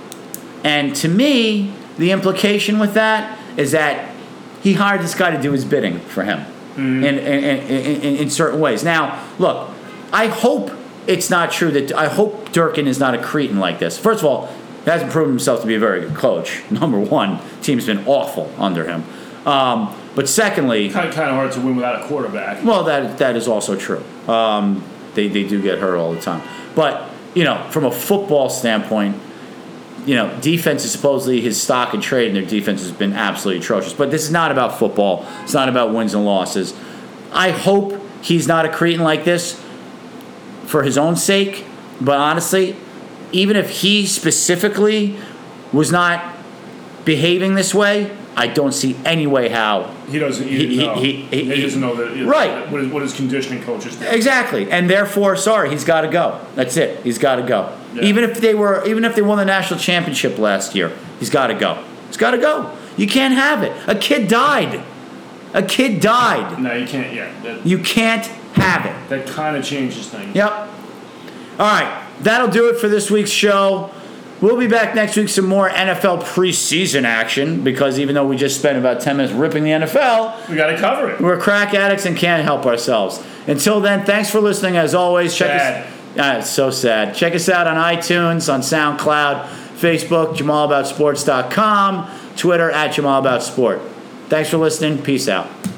Speaker 1: And to me, the implication with that is that he hired this guy to do his bidding for him in, in, in, in, in certain ways. Now, look, I hope it's not true that I hope Durkin is not a cretin like this. First of all, he hasn't proven himself to be a very good coach. [LAUGHS] Number one, team's been awful under him. Um, but secondly,
Speaker 2: Kind of, kind of hard to win without a quarterback.
Speaker 1: well, that that is also true. Um, they they do get hurt all the time, but you know, from a football standpoint, you know, defense is supposedly his stock and trade, and their defense has been absolutely atrocious. But this is not about football. It's not about wins and losses. I hope he's not a cretin like this for his own sake. But honestly, even if he specifically was not behaving this way, I don't see any way how
Speaker 2: He doesn't. He,
Speaker 1: He-
Speaker 2: didn't
Speaker 1: he-
Speaker 2: know.
Speaker 1: he- he- he-
Speaker 2: doesn't know that.
Speaker 1: Right.
Speaker 2: What his, what his conditioning coach is. doing.
Speaker 1: Exactly, and therefore, sorry, he's got to go. That's it. He's got to go.
Speaker 2: Yeah.
Speaker 1: Even if they were, even if they won the national championship last year, he's got to go. He's got to go. You can't have it. A kid died. A kid died.
Speaker 2: No, you can't. Yeah, that,
Speaker 1: You can't have it.
Speaker 2: that kind of changes things.
Speaker 1: Yep. All right. That'll do it for this week's show. We'll be back next week some more NFL preseason action because even though we just spent about 10 minutes ripping the NFL,
Speaker 2: We got to cover it.
Speaker 1: we're crack addicts and can't help ourselves. Until then, thanks for listening. As always, check
Speaker 2: Sad.
Speaker 1: us. Uh, it's so sad. Check us out on iTunes, on SoundCloud, Facebook, JamalAboutSports.com, Twitter at JamalAboutSport. Thanks for listening. Peace out.